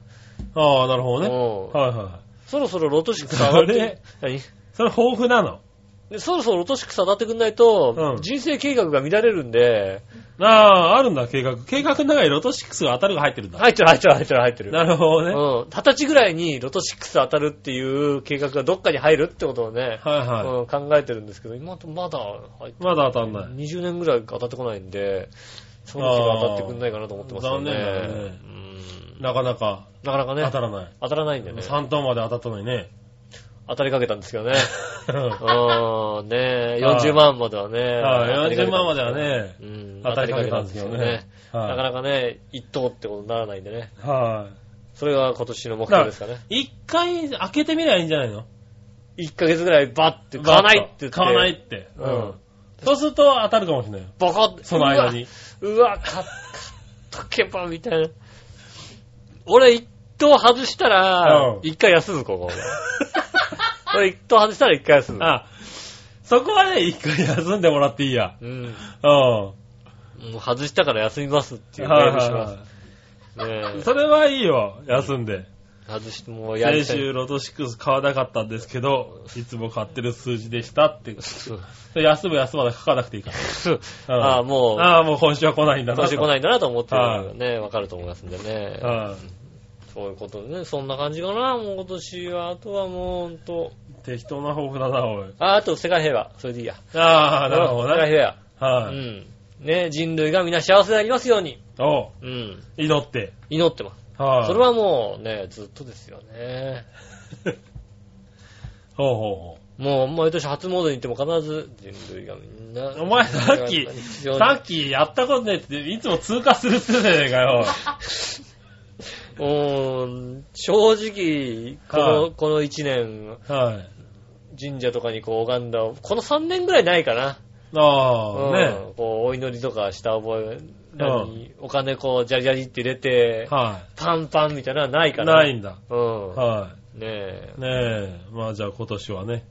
ああ、なるほどね。
うん
はいはい。
そろそろロト6上がって、何
それ抱負なの
でそろそろロト6当たってくんないと、
うん
人生計画が乱れるんで、
ああ、あるんだ、計画。計画の中にロト6が当たるが入ってるんだ。
入ってる入ってる入ってる入ってる。
なるほどね。
うん。二十歳ぐらいにロト6当たるっていう計画がどっかに入るってことをね、
はいは
うん、考えてるんですけど、今とまだ入っ
い。まだ当たんない。
20年ぐらい当たってこないんで、その日が当たってくんないかなと思ってますよね。
あー残念だね
うん
なかなか
なかなかね、当た
当たらない。
らないんでね、
3等まで当たったのにね。
当たりかけたんですけど ね。うー
は
ん、ねえ、40万まではね。
い、40万まではね。
うん、当
当
た
た
り
り
かけ
かけ
た
た
ん
ん
で
ですす
け
け
ど
ど
ね
ね。はい
なかなかね、一等ってことにならないんでね。
はい。
それが今年の目標ですかね。
一回開けてみりゃいいんじゃないの
1ヶ月ぐらいバッて買わないって言って。
買わないって。
う
うんん。そうすると当たるかもしれないよ。
バカって。
その間に。
うわ。うわ、買っ買っとけば、みたいな。俺、一等外したら
う、ん
一回休む、ここ。これ一等外したら一回休む。
あ、そこはね、一回休んでもらっていいや。
うん。
うん。
もう外したから休みますっていうメ
はい
ール
は
し
い
ます
は。い
ね
それはいいよ、休んで。
え外して、もうやり
先
たい。
週ロト6買わなかったんですけど、いつも買ってる数字でしたって。休む休まない書かなくていいから。うん
ああ、もう、
ああ、もう今週は来ないんだな。
今週来ないんだなと思ってるのがね、わかると思いますんでね。
うん。
そういうことでね、そんな感じかな、もう今年は。あとはもう、ほんと。
適当な抱負だな、おい。
あ、あと世界平和。それでいいや。
ああ、なるほど
世界
ね。
平和。う
はい。
ん。ね、人類がみんな幸せでありますように。
おう
うん。
祈って。
祈ってます。
はい。
それはもうね、ずっとですよね。
ほうほ
もう、毎年初詣に行っても必ず人類がみんな。
お前さっき
非
うほ
常
う。
に
さっきやったことねえって、いつも通過するっつってたじゃねえか よ。
うーん、正直、この、
は
この1年、
はい。
神社とかにこう拝んだ、この3年ぐらいないかな。
あ
う
あ、
ん
ね。
こう、お祈りとかした覚え、何お金こう、ジャリジャリって入れて、
は
パンパンみたいなのはないか
い。
ら。
ない。んだ。
うん。
は
ねえ
い。。ねえ。まあじゃあ今年はね、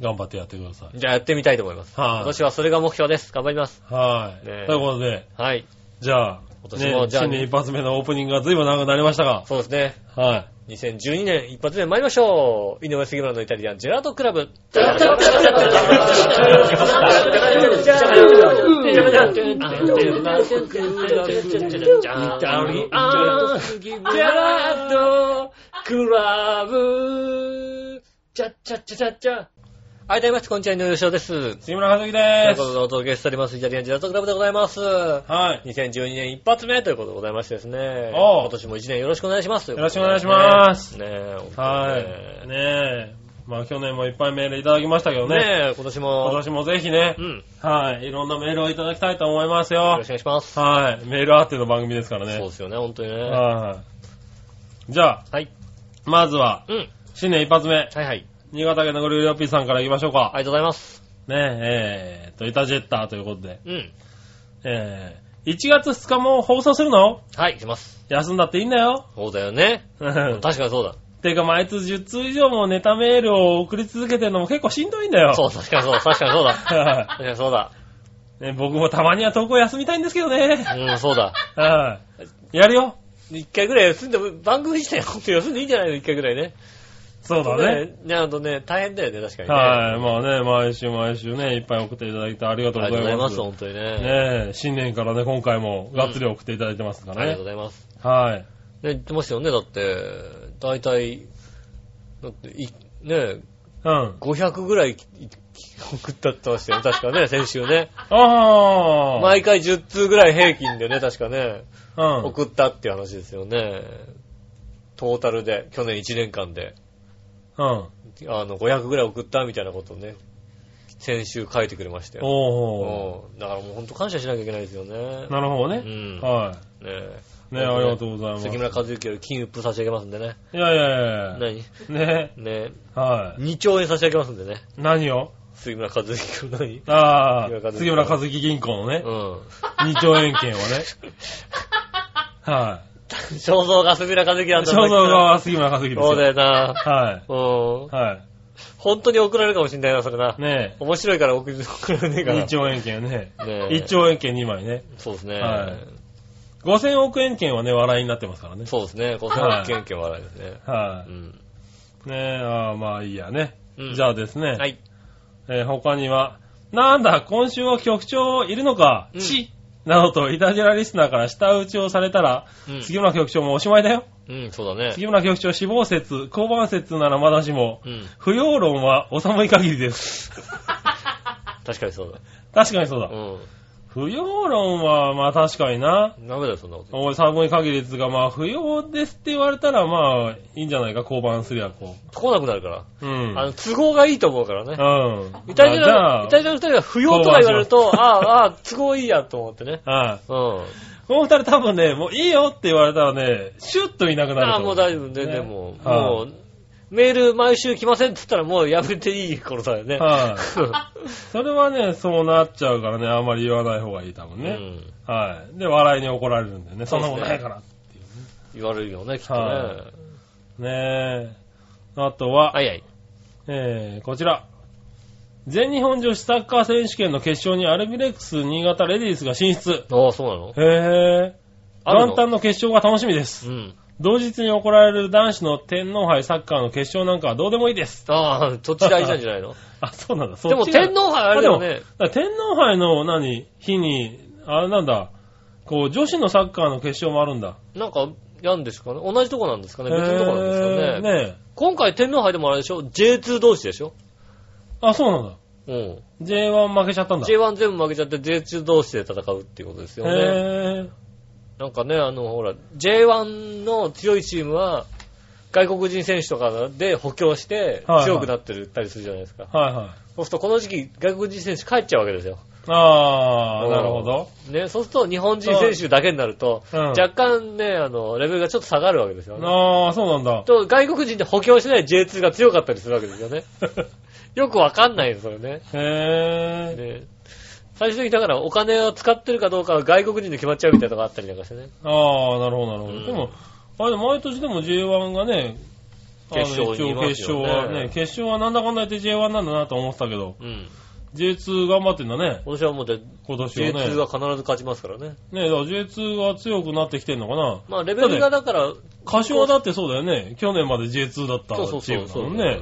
頑張ってやってください。
じゃあやってみたいと思います。
はい
今年はそれが目標です。頑張ります。
はい。と
ねえ
いうことで、
はい。
じゃあ、
今年も
ね、
じゃあ
新年一発目のオープニングが随分長くなりましたが、
そうですね。
はい。
2012年一発目参りましょう。井上杉村のイタリアンジェラートクラブ。はい、どうもこんにちは、井上翔です。
杉村和
と
樹
い
で
うこと
す。
で、お届けしております、イタリアンジェラートクラブでございます。
はい。
2012年一発目ということでございましてですね。
おう
今年も一年よろしくお願いします。よ
よろしくお願いします
ねえ、
はい。
ね
ねえ。まあ去年もいっぱいメールいただきましたけど
え、
ね。
ねえ今年も。
今年もぜひね
う、ん。よ
はい。いろんなメールをいただきたいと思いますよ
ろしくお。願いします。
はい。メールあっての番組ですからね。
そうですよね、本当にね。
はい。じゃあ、
はい。
まずは、
うん。
新年一発目、
はいはい。
新潟県のゴリラピーさんから行きましょうか。
ありがとうございます。
ねえ、えー、と、イタジェッターということで、
うん。
えー、1月2日も放送するの
はい、します。
休んだっていいんだよ。
そうだよね。
うん
確かにそうだ。
てか、毎通10通以上もネタメールを送り続けてるのも結構しんどいんだよ。
そう、確かにそうだ。確かにそうだ。
は
確かにそうだ。
い ね僕もたまには投稿休みたいんですけどね。
うん、そうだ。
はいやるよ。
一回ぐらい休んでも、番組自体本当に休んでいいんじゃないの一回ぐらいね。
そうだね。。
なるほどね、大変だよね、確かにね。
はい。まあね、毎週毎週ね、いっぱい送っていただいてありがとう
あ
ご
りがとうござ
ざい
い
ま。
ますす、本当にね。
ねえ、新年からね、今回もがっつり送っていただいてますか
ありが
ら
とう
ね。
ございます。
はい。
ね、言ってましたよね、だって、大体、だって、い、ね、
うん。
500ぐらいきい送ったってましたよ ね、確かね、先週ね。
ああ。
毎回10通ぐらい平均でね、確かね、
うん。
送ったっていう話ですよね。トータルで、去年1年間で、
うん。
あの、500ぐらい送ったみたいなことをね、先週書いてくれましたよ。
おー。
うんだからもう本当感謝しなきゃいけないですよね。
なるほど
う
ね。
ん。
は
ねえ
い。ねありがとうございます。
関村和之より金ウップ差し上げますんでね。
いやいやいやい
何
や。ね
ね
はい。
2兆円差し上げますんでね。
何を
杉村和之君何
あ
杉村和
あ、
樹
杉村和樹銀行のね
う、ん。
2兆円 券をね。は。
肖像が杉村和之ないんだ
肖像画は杉村和樹ですよ。
そうだよな。う
は
ん
い。。は
本当に送られるかもしんないな、それな。
い。ね
面白いから送り送られねえ
え、
から。
2兆円券ね。
ねえ
1兆円券2枚ね。
そうですね。
はい5000億円券はね、笑いになってますからね。
そうですね。こう
はい
件件笑いですね。
は
うん。
い。ねえ、ああ、まあいいやね。
うん
じゃあですね。
はい。
えー他には、なんだ、今週は局長いるのか、
うん
ち、などと、いたじらリスナーから舌打ちをされたら、
うん
杉村局長もおしまいだよ。
うん、そうだね。
杉村局長死亡説、降板説ならまだしも、
うん。
不要論はお寒い限りです。
確かにそう
確かにそう
だ。
だ。
う
不要論は、まあ確かにな。
ん。ダメだよ、そんなこと。
おい、寒い限りですが、まあ、不要ですって言われたら、まあ、いいんじゃないか、降板すりゃ、こ
来なくなるから。
う。うん。
あの、都合がいいと思うからね。
うん。
イタリア
まあじゃあ、
の、イタリアの二人が不要とか言われると、ああ、ああ、都合いいやと思ってね。
はい
うん。
この二人多分ね、もういいよって言われたらね、シュッといなくなる
ああ、
と思
もう大丈夫ね、でも、も、
はいう
メール毎週来ませんって言ったらもうやめていい頃だよね。
はい。それはね、そうなっちゃうからね、あんまり言わない方がいい、多分
うん
ね。はい。で、笑いに怒られるんだよね。そんなことないから。
言われるよね、きっとね。
は
は
ねえ。あと
いは
は、
い。
えー、こちら。全日本女子サッカー選手権の決勝にアルビレックス新潟レディースが進出。
ああ、そうなの
へえ。
あるの
元旦の決勝が楽しみです。
うん。
同日に行われる男子の天皇杯サッカーの決勝なんかはどうでもいいです。
あ あ、そっち大事なんじゃないの
あ、 そうなんだ。そ
で
っ
も
ちが
天皇杯あれだよね。
だから天皇杯の何日に、あれなんだ、こう女子のサッカーの決勝もあるんだ。
なんか、やんですかね同じとこなんですかね別のとこなんですか
へ
ね
ーねえ。
今回天皇杯でもあれでしょ ?J2 同士でしょ
あ、そうなんだ。
うん。
J1 負けちゃったんだ。
J1 全部負けちゃって J2 同士で戦うっていうことですよね。
へー
なんかね、あの、ほら、J1 の強いチームは、外国人選手とかで補強して
はいはい
強くなってるったりするじゃないですか。
はいはい。
そうするとこの時期外国人選手帰っちゃうわけですよ。
あ
う
ー、
ん
なるほど。
ね、そうすると日本人選手だけになると、
うん
若干ね、あの、レベルがちょっと下がるわけですよね。
あー、そうな んだ。
と外国人で補強しない J2 が強かったりするわけですよね。よくわかんないです、それね。
へ
ね最終的にだからお金を使ってるかどうかは外国人で決まっちゃうみたいなのがあったりなんかしてね。
ー。あー、なるほど、なるほ
う
ど。
ん
でも、あれでも毎年でも J1 がね、あの
決勝にい
一応
ます
決
よ
勝
ね
はね、決勝はなんだかんだ言って J1 なんだなと思ってたけど、
うん。
J2 頑張ってんだね、
私はもうで
今年はね。
J2 は必ず勝ちますからね。
ねえ、だから J2 が強くなってきてんのかな
まあレベルがだから、
柏だってそうだよね。去年まで J2 だった
そうそ
チー
う
ムだ
そう
もんね。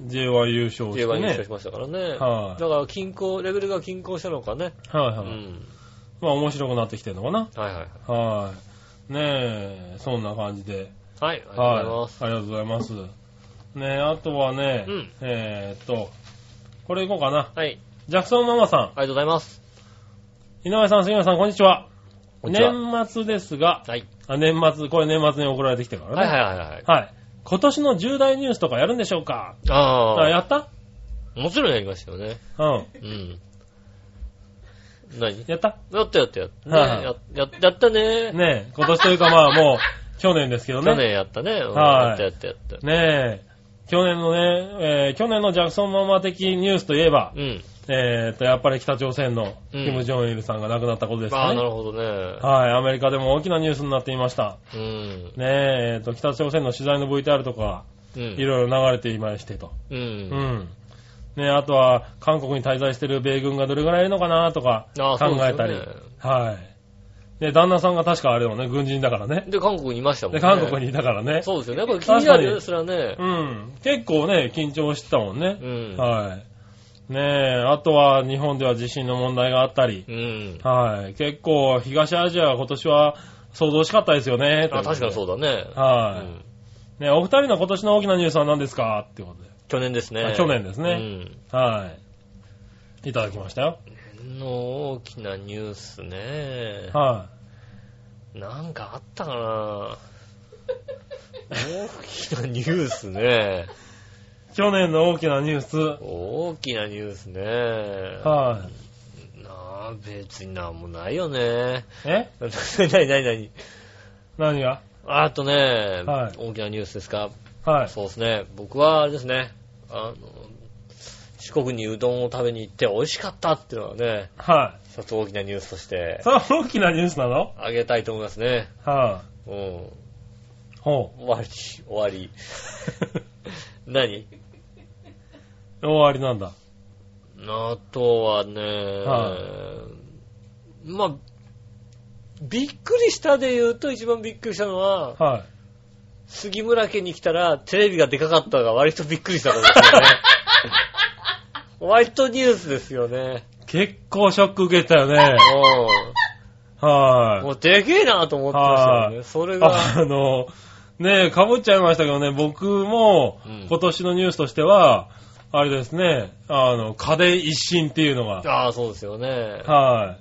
J1 優勝して
J1 優勝
ね
し。ましたからね。
はい
だから均衡、レベルが均衡したのかね。
はいは
う
い。
ん。
まあ面白くなってきてんのかな
はいはいはい。
はい。ねえ、そんな感じで。
はい、ありがとうご
は
ざ
い。あ
いま
り
す。
がとうございます。ねえ、あとはね、
うん
えーっと、これいこうかな。
はい、あり
ジャクソンママさ
がとうございます。
ん、井上さん、杉村さん、こんにちは。
こんにちは
年末ですが、
はい。
あ年末、これ年末に送られてきてるからね。
はいはいはいはい。
はい。今年の重大ニュースとかやるんでしょうかあ、
あ
やった
あ、もちろんやりましたよね。
うん。
うん。何
やった
やったやったやった。ね
はいはい
やややったね。
ねえ、今年というかまあもう、去年ですけど
去
ね。
年やったね。うん
はい
やったやったやった。
ねえ、去年のね、えー去年のジャクソンママ的ニュースといえば、
うん。
えーっと、やっぱり北朝鮮の
うん
キム・ジョンイルさんが亡くなったことです
あ
か
あ、な
ね。
るほどね。
はい、アメリカでも大きなニュースになっていました。
うん。
ねえ、えーっと、北朝鮮の取材の VTR とか、
う
い
ん。
ろいろ流れていましてと。
う。
うんん。ねえ、あとは、韓国に滞在してる米軍がどれぐらいいるのかなとか、
ああ
考えたり。
そうですよね
はい。で、旦那さんが確かあれだもんね、軍人だからね。
で、韓国にいましたもん
で、
ね。
韓国にいたからね。
そうですよね。やっぱ気になるよね、それはね
う。ん。結構ね、緊張してたもんね
う。ん。
はい。ねえ、あとは日本では地震の問題があったり
う。ん。
はい。結構、東アジアは今年は想像しかったですよね。
あ確かに
う。
そうだね。う
は
ん
い。ねえお二人の今年の大きなニュースは何ですかってことで。
去年ですね
あ。去年ですね
うん。
はい。いただきましたよ。
の大きなニュースね。
は
なんかあったか な大きなニュースね。
い。去年の大きなニュース。
大きなニュースね。
はい。
なあ、別になんもないよね。
え
なになになになに
何が
あとね、
はい
大きなニュースですか。
はい。
そうですね。僕はあれですね、あの、四国にうどんを食べに行って美味しかったっていうのはね、
は
一つ大きなニュースとし
い。
て、
それは大きなニュースなの
あげたいと思いますね。
は
うん。
い。ほ
終わり、終わ り。何
う。終わりなんだ。
あとはね、
は
まあ、びっくりしたで言うと一番びっくりしたのは、
はい。
杉村家に来たらテレビがでかかったのが割とびっくりしたことですよ ね。割とニュースですよね。
結構ショック受けた よね。
うん。
は
もうでけえなと思ってましたよね。それ
い。
が、
あの、ねえ、かぶっちゃいましたけどね、僕も
うん
今年のニュースとしては、あれですね、あの、家電一新っていうのが、
ああ、そうですよね。
は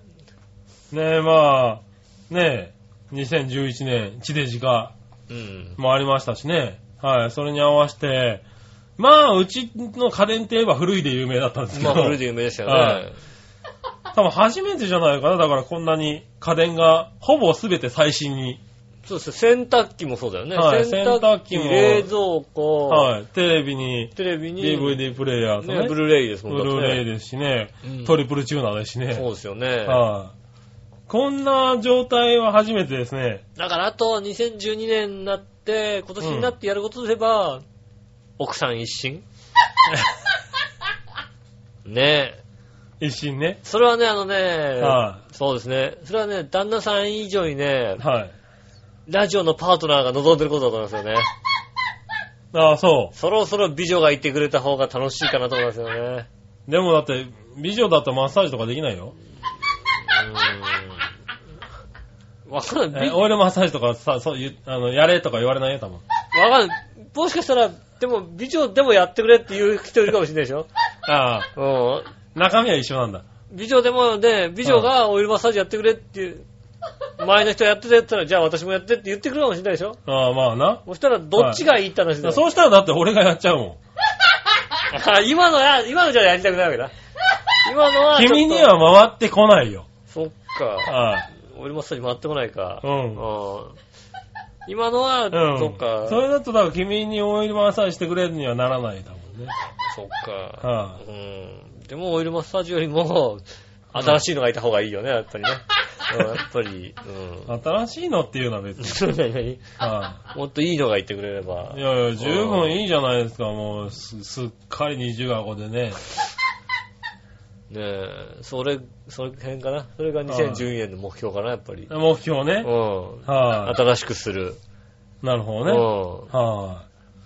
い。ねえ、まあ、ねえ、2011年、地デジ化
うん。
もありましたしね、はい、それに合わせて、まあ、うちの家電って言えば古いで有名だったんですけ
ま
ど、
あ、これで有名でしたよね。
はい多分初めてじゃないかな、だからこんなに家電がほぼ全て最新に
そうですね。洗濯機もそうだよね。
はい
洗濯機、
洗濯機も
冷蔵庫、
はい。テレビに、
テレビに、
DVD プレイヤーと
ね、
ね、
ブ
ブ
ルーレイですもん
ルーレイ
イ
ですしね
うん、
トリプルチューナーですしね。
そうですよね。
はい。こんな状態は初めてですね。
だからあと2012年になって、今年になってやることといえば、奥さん一新 ねえ。
一心ね。
それはね、あのね、
は
そうですね。それはね、旦那さん以上にね
い。、はい。
ラジオのパートナーが望んでることだと思いますよ ね。
ああ、そ
そろそろ美女がいてくれた方が楽しいかなと思いますよね。
う。でもだって、美女だとマッサージとかできないよ。
うーん。 わかんない。
え
びわ
オイルマッサージとかさ、そう言う、あの、やれとか言われないよ、多分。
かんない。もしかしたら、でも、美女でもやってくれっていう人いるかもしれないでしょ。
ああ、
うん。
中身は一緒なんだ。
美女でもね、美女がオイルマッサージやってくれっていう、前の人やってたやったら、じゃあ私もやってって言ってくるかもしれないでしょ。
ああ、まあな。
そしたら、どっちがいいって話だよ。
そうしたらだって俺がやっちゃうもん。
あ今のや、今のじゃやりたくないわけだ。今のはちょっと、
君には回ってこないよ。
そっか。
ああ。
俺もそれ回ってこないか。
うん
うん今のは、
うん。
そっか。
それだと、だから君にオイルマッサージしてくれるにはならないだもんね。
そっか。
は
うん。でも、オイルマッサージよりも、新しいのがいた方がいいよね、やっぱりね。うんやっぱり、うん。
い。新しいのっていうのは別に。
何何
は
もっといいのがいてくれれば。
い。いやい や、十分いいじゃないですか、もう、すすっかり二重顎でね。
ねえ、それ、それ辺かな。それが2012年の目標かな、やっぱり。
目標
う
ね。
ん。
は
新しくする。
い。なるほ
う
どね。
ん。
は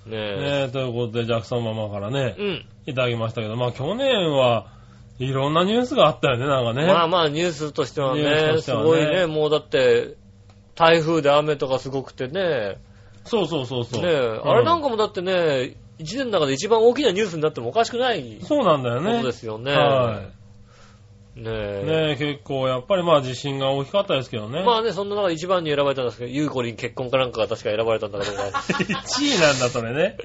ねえ。
い。ねえ、ということで、ジャクソンママからね
う、ん。
いただきましたけど、まあ去年はいろんなニュースがあったよね、なんかね。
まあまあ、ニュースとしては
ニュース
ね、
とし
す
てはね
ごいね、もうだって、台風で雨とかすごくてね、
そうそうそうそう。
ねえ、あれなん
か、
かもだってね、一年の中で一番大きなニュースになってもおかしくない
そうなんだよね。
ことですよね。
は
ね
い。
え。
ねえ、結構、やっぱりまあ地震が大きかったですけどね。
まあね、そんな中で一番に選ばれたんですけど、ゆうこりん結婚かなんかが確か選ばれたんだかどうか。
1位なんだ、それね。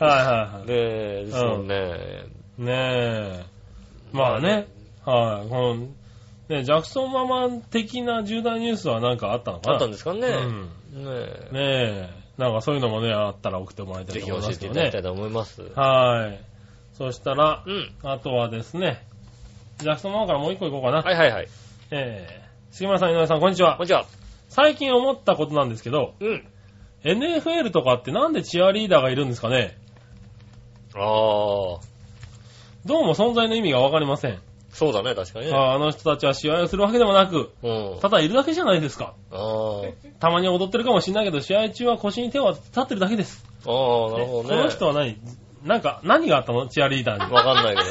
はいは
ねえ、ですもんね。
いはい。ねえ。まあね。はい。この、ね、ジャクソンママ的な重大ニュースはなんかあったのかな
あったんですかね。
うん
ねえ。
ねえ。なんかそういうのもね、あったら送ってもらいた
ぜ
いと
ひ
思
教
いま
え
す
て
け
い
ど
ただ
ね
きた。いと思います。
はい。そしたら
う、ん。
あとはですね、ジャクソンママからもう一個いこうかな。
はいはいはい。
えー、杉村さん、井上さん、こんにち
こん
は。
にちは。
最近思ったことなんですけど、
うん。
NFL とかってなんでチアリーダーがいるんですかね
ああ、
どうも存在の意味がわかりません。
そうだね、確かにね。
あーあの人たちは試合をするわけでもなく、
うん。
ただいるだけじゃないですか。
ああ、
たまに踊ってるかもしれないけど、試合中は腰に手を当て立ってるだけです。
ああ、なるほどね。
この人は何なんか、何があったのチアリーダーに。
わかんないけ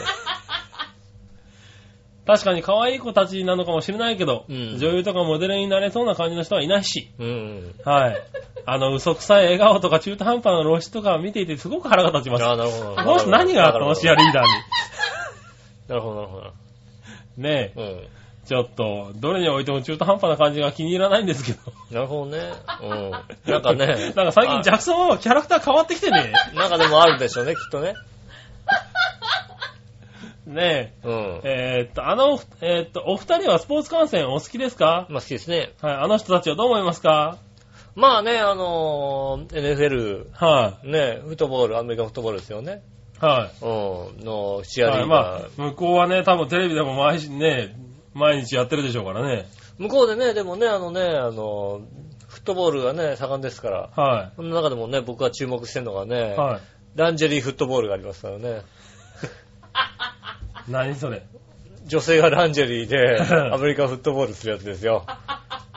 確かに可愛い子たちなのかもしれないけど、
うん
女優とかモデルになれそうな感じの人はいないし、
ど。うん。
はい。あの、嘘くさい笑顔とか中途半端な露出とか見ていてすごく腹が立ちます。
ああ、なるほど。
この人何があったのシア
り。
リーダー
なるほど、なるほど。
に。ねえ、
うん。
ちょっと、どれに置いても中途半端な感じが気に入らないんですけど。
なるほどね。うん。なんかね。
なんか最近ジ
ゃ
ャクソンママはキャラクター変わってきてね。
なんかでもあるでしょうね、きっとね。
ね
うん
え、。えーっと、あの、えーっと、お二人はスポーツ観戦お好きですか
まあ好きですね。
はい、あの人たちはどう思いますか
まあね、あのー NFL、
は
ね、フットボール、アメリカンフットボールですよね。
い、はい。
うん。の、試合
は
で
い、まあ、向こうはね、多分テレビでも毎日ね、毎日やってるでしょうからね。
向こうでね、でもね、あのね、あの、フットボールがね、盛んですから、
は
その中でもね、僕が注目してるのがね、
い。はい。
ランジェリーフットボールがありますからね、
何 それ。
女性がランジェリー でアメリカンフットボールするやつですよ。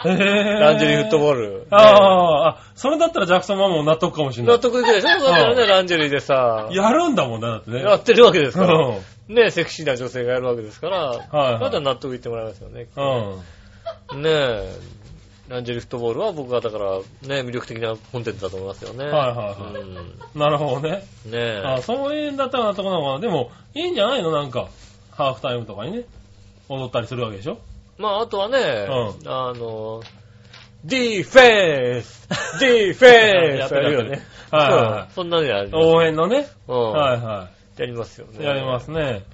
ラ
ラ
ンジェリーフット
ール。
ボール。ね
ああ、あ、それだったらジャクソンママも納得かもしれな
納
い。
得いくでしょだからね、ランジェリーでさ、
やるんだもんね、だってね。
やってるわけです
う
から。
ん。
ね、セクシーな女性がやるわけですから、
はい
だったら納得いってもらいますよね。
うん。
ねえ、ランジェリーフットボールは僕はだから、ね、魅力的なコンテンツだと思いますよね。
はいはいはい
うん
なるほどね。
ねえ。
あそういうんだったら納得なのかな。でも、いいんじゃないのなんか、ハーフタイムとかにね、踊ったりするわけでしょ
まあ、あとはね、あの、ディフェンスディフェンス
やってる
やるよね。
はいはいはい
そうそんなのやります。
応援のね。
うん
はいは
やりますよね。
い。やります。ね。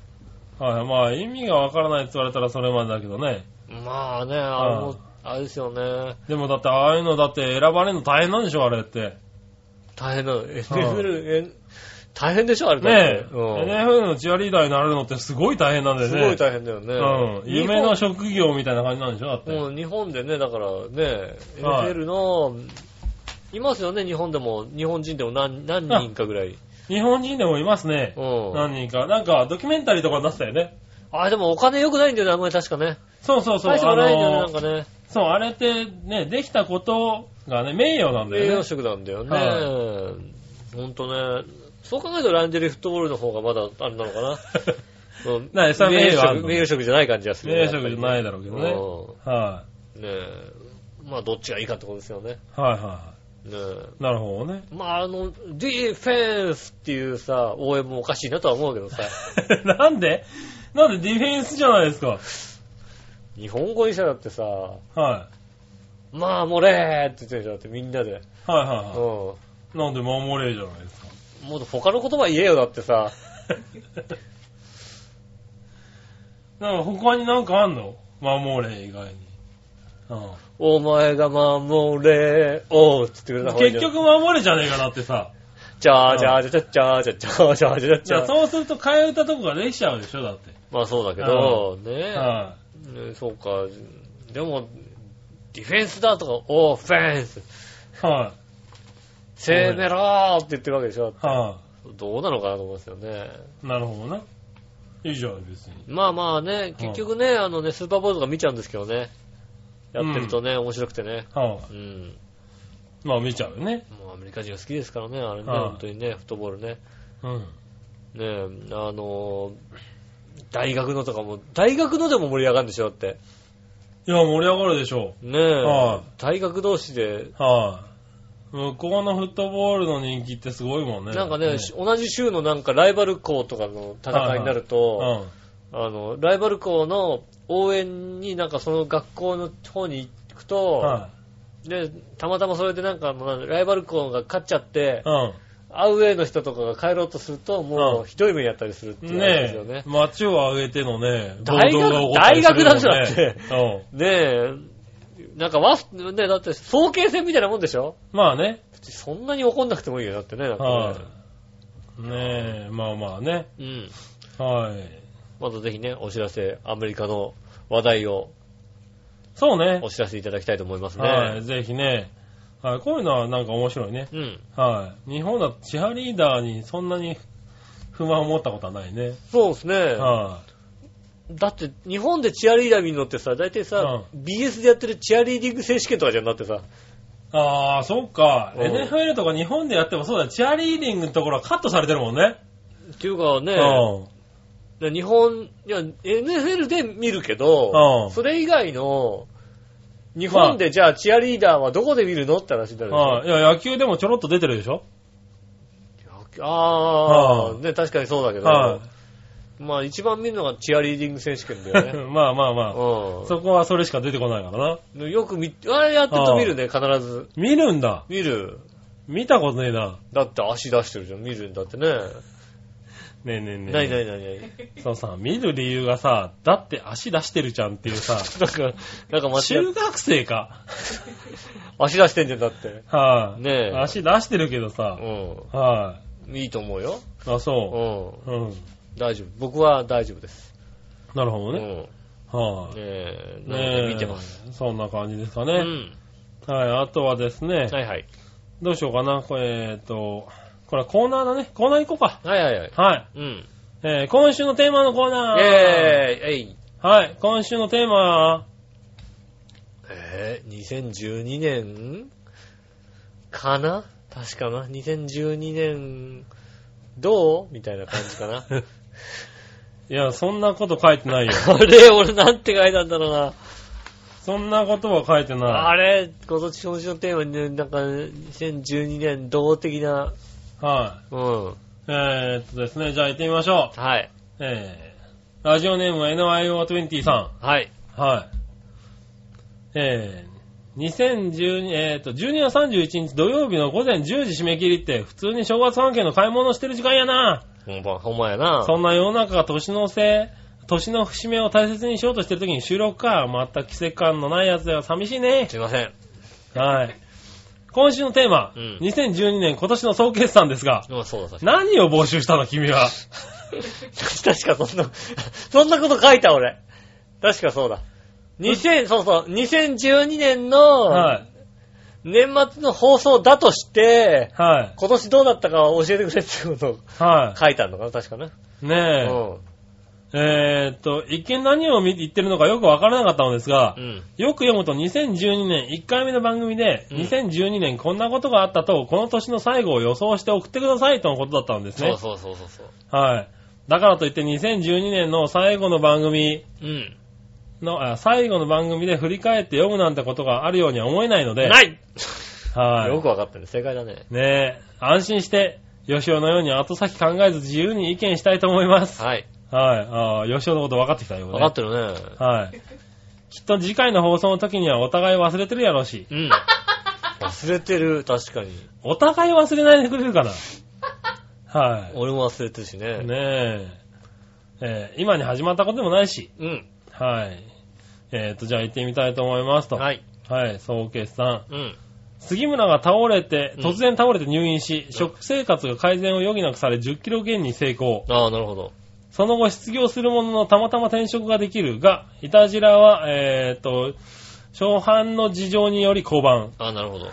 はい。まあ、意味がわからないって言われたらそれまでだけどね。
まあね、あれも、あれですよね。
でもだって、ああいうのだって選ばれるの大変なんでしょあれって。
大変なの。NFL、大変でしょ、あれだって
ねえ。
うん
NFL のチアリーダーになれるのってすごい大変なんだよ
す
ね。
ごい大変だよね。
うん。夢の職業みたいな感じなんでしょだって。
もう日本でね、だからね、
はい
NFL の、いますよね、日本でも、日本人でも何何人かぐらい。
日本人でもいますね。
うん。
何人か。なんか、ドキュメンタリーとかになってたよね。
あ、でもお金良くないんだよね、あんまり確かね。
そうそうそう。
大したことないんだよね、なんか
の
ね。
そう、あれってね、できたことがね、名誉なんだ
栄
よ
養
ね。
食なんだよね。
は
ほんとね。そう考えるとランジェリーフットボールの方がまだあれなのかな。 うん
なにそれは名
名
誉ある
誉
の
食、名誉食じゃない感じがする
名
ね。
誉職じゃないだろうけどね。
う
は
んねえ。まあ、どっちがいいかってことですよね。
い。はいはいは
ねえ。
い。なるほどね。
まあ、あの、ディフェンスっていうさ、応援もおかしいなとは思うけどさ、
なんでなんでディフェンスじゃないですか。
日本語にしたらだってさ、
は
まあ、もれーって言ってるじゃんだってみんなで。
い。はい
うん。
はいは
も
い。なんで守れじゃないですか。
っと他の言葉言えよだってさ、
なんか他になんかあんの守れ以外に。う
お前が守れー、おーって言ってくれた
ん、
方がいいん
結
じゃない。
局守れじゃねえかなってさ。
じゃあ、じゃあ、じゃあ、じゃあ、じゃあ、じゃあ、じゃあ、じゃあ、
じ
じ
ゃあ
ゃあ、
そうすると替え歌とかができちゃうでしょだって。
まあそうだけど、ね
は
ねそうか、でも、ディフェンスだとか、オフェンス、
い。は
攻めろーって言ってるわけでしょ。
い。は
どうなのかなと思いますよね。
い。なるほどな。いいじゃん、別に。
まあまあね、結局ね、あのね、スーパーボールとか見ちゃうんですけどね。やってるとね、面白くてね。
は
うん。
い。まあ見ちゃうよね。
もうアメリカ人が好きですからね、あれね、
はい
本当にね、フットボールね。
うん。
ねえ、あのー大学のとかも、大学のでも盛り上がるんでしょだって。
いや、盛り上がるでしょ
ねえ、
は
大学同士で、
う。はい。向こうのフットボールの人気ってすごいもんね。
なんかね、し
う
同じ州のなんかライバル校とかの戦いになると、
ん。
あの、ライバル校の応援になんかその学校の方に行くと、
は
で、たまたまそれでなんか、まあライバル校が勝っちゃって
い。、うん。
アウェイの人とかが帰ろうとすると、も
う
うひどい目にあったりするっていう話です
ね
よね
え。、街を挙げてのね、
大学
暴動が起こったりするもんね
大学だねえ、なんかワス、ね、だって、早慶戦みたいなもんでしょ
うん。まあね。
そんなに怒んなくてもいいよ、だってね。なんかね
はい。ねえ、まあまあね。
うん。
はい。
またぜひね、お知らせ、アメリカの話題を
そうね
お。知らせいただきたいと思いますね。
はい。ぜひね。はい。こういうのはなんか面白いね。
うん。
はい。日本だとチアリーダーにそんなに不満を持ったことはないね。
そうですね。
は
だって、日本でチアリーダー見るのってさ、大体さ、BS でやってるチアリーディング選手権とかじゃなくてさ、
い。ああ、そっか。
うん
NFL とか日本でやってもそうだよ。チアリーディングのところはカットされてるもんね。
っていうかね、
うん。
で日本、いや、NFL で見るけど
う、ん
それ以外の、日本でじゃあチアリーダーはどこで見るのって話になるでしょ。
はい。いや、野球でもちょろっと出てるでしょ
ああ、
うん
ね、確かにそうだけど、
は
まあ一番見るのがチアリーディング選手権だ
い。
よね。
まあまあまあ。
う
そこはそれしか出てこないからな。
ん。よく見、あれやってると見るね、必ず。
見るんだ。
見る。
見たことねえな。
だって足出してるじゃん、見るんだってね。
ねえねえねえ。
ないないないない。
そうさ、見る理由がさ、だって足出してるじゃんっていうさ、
なんか、なんか間違
中
え
学生か。
足出してんじゃん、だって。
はい、
ねえ
足出してるけどさ、
う
は
ん。いいと思うよ。
い、あ、
う
そ
ん。
う。うん。
大丈夫。僕は大丈夫です。
なるほ
う
ど
ん。
ね。
ね
はい、
え、なの
ね
で
え。
見てます。。
そんな感じですか
う
ね。
ん。
はい。あとはですね、
はいはい。
どうしようかな。これ、えっと、これはコーナーだね。コーナー行こうか。
はいはいはい。
はい。
うん。
えー今週のテーマのコーナー。
えーイえい。
はい。今週のテーマは、
えー、2012年かな確かな。2012年、どうみたいな感じかな。
いや、そんなこと書いて ないよ。
あれ、俺なんて書いたんだろうな。
そんなことは書いてな
あれ、今年今年のテーマに、ね、なんか、2012年、動的な、
い。は
うん。
い。えー、っとですね、じゃあ行ってみましょう。
はい。
えー、ラジオネーム NIO20 さ
はい。
ん。はい。えー、2012、えー、っと、12月31日土曜日の午前10時締め切りって、普通に正月関係の買い物してる時間やな。
ほんま、ほんまやな。
そんな世の中が年のせい、年の節目を大切にしようとしてる時に収録か。全く奇跡感のないやつでは寂しいね。
すいません。
はい。今週のテーマ、
うん
2012年今年の総決算ですが、
まあそうだ、確か
何を募集したの君は。
確かそんな、そんなこと書いた俺。確かそうだ。2000、そうそう、2012年の、
はい。
年末の放送だとして、
はい。
今年どうだったか教えてくれってことを
は
書いてあるのかな、確かね。
い。ね
うん
え。えーっと、一見何を見言ってるのかよくわからなかったのですが
う、ん。
よく読むと2012年1回目の番組で、
うん
2012年こんなことがあったと、この年の最後を予想して送ってくださいとのことだったんです
そ
ね
う。そうそうそうそう。
はい。だからといって2012年の最後の番組
うん。
の、あ最後の番組で振り返って読むなんてことがあるようには思えないので、
ない
はい。
よくわかったね。正解だね。
ねえ、安心して、吉尾のように後先考えず自由に意見したいと思います。
はい。
はい。ああ、吉尾のこと分かってきたよ、ね。
わかって るね。
はい。きっと次回の放送の時にはお互い忘れてるやろうし、
うん。忘れてる、確かに。
お互い忘れないでくれるかな。は
俺も忘れてるしね。
い。ねえ。えー今に始まったことでもないし、
うん。
はい。えっ、と、じゃあ行ってみたいと思いますと。。
はいい。
はい、総決算。
うん。
杉村が倒れて、
うん
突然倒れて入院し、食生活が改善を余儀なくされ10キロ減に成功。
ああ、なるほど。
その後失業するもののたまたま転職ができるが、イタジラは、えーっと、初版の事情により降板。
ああ、なるほど。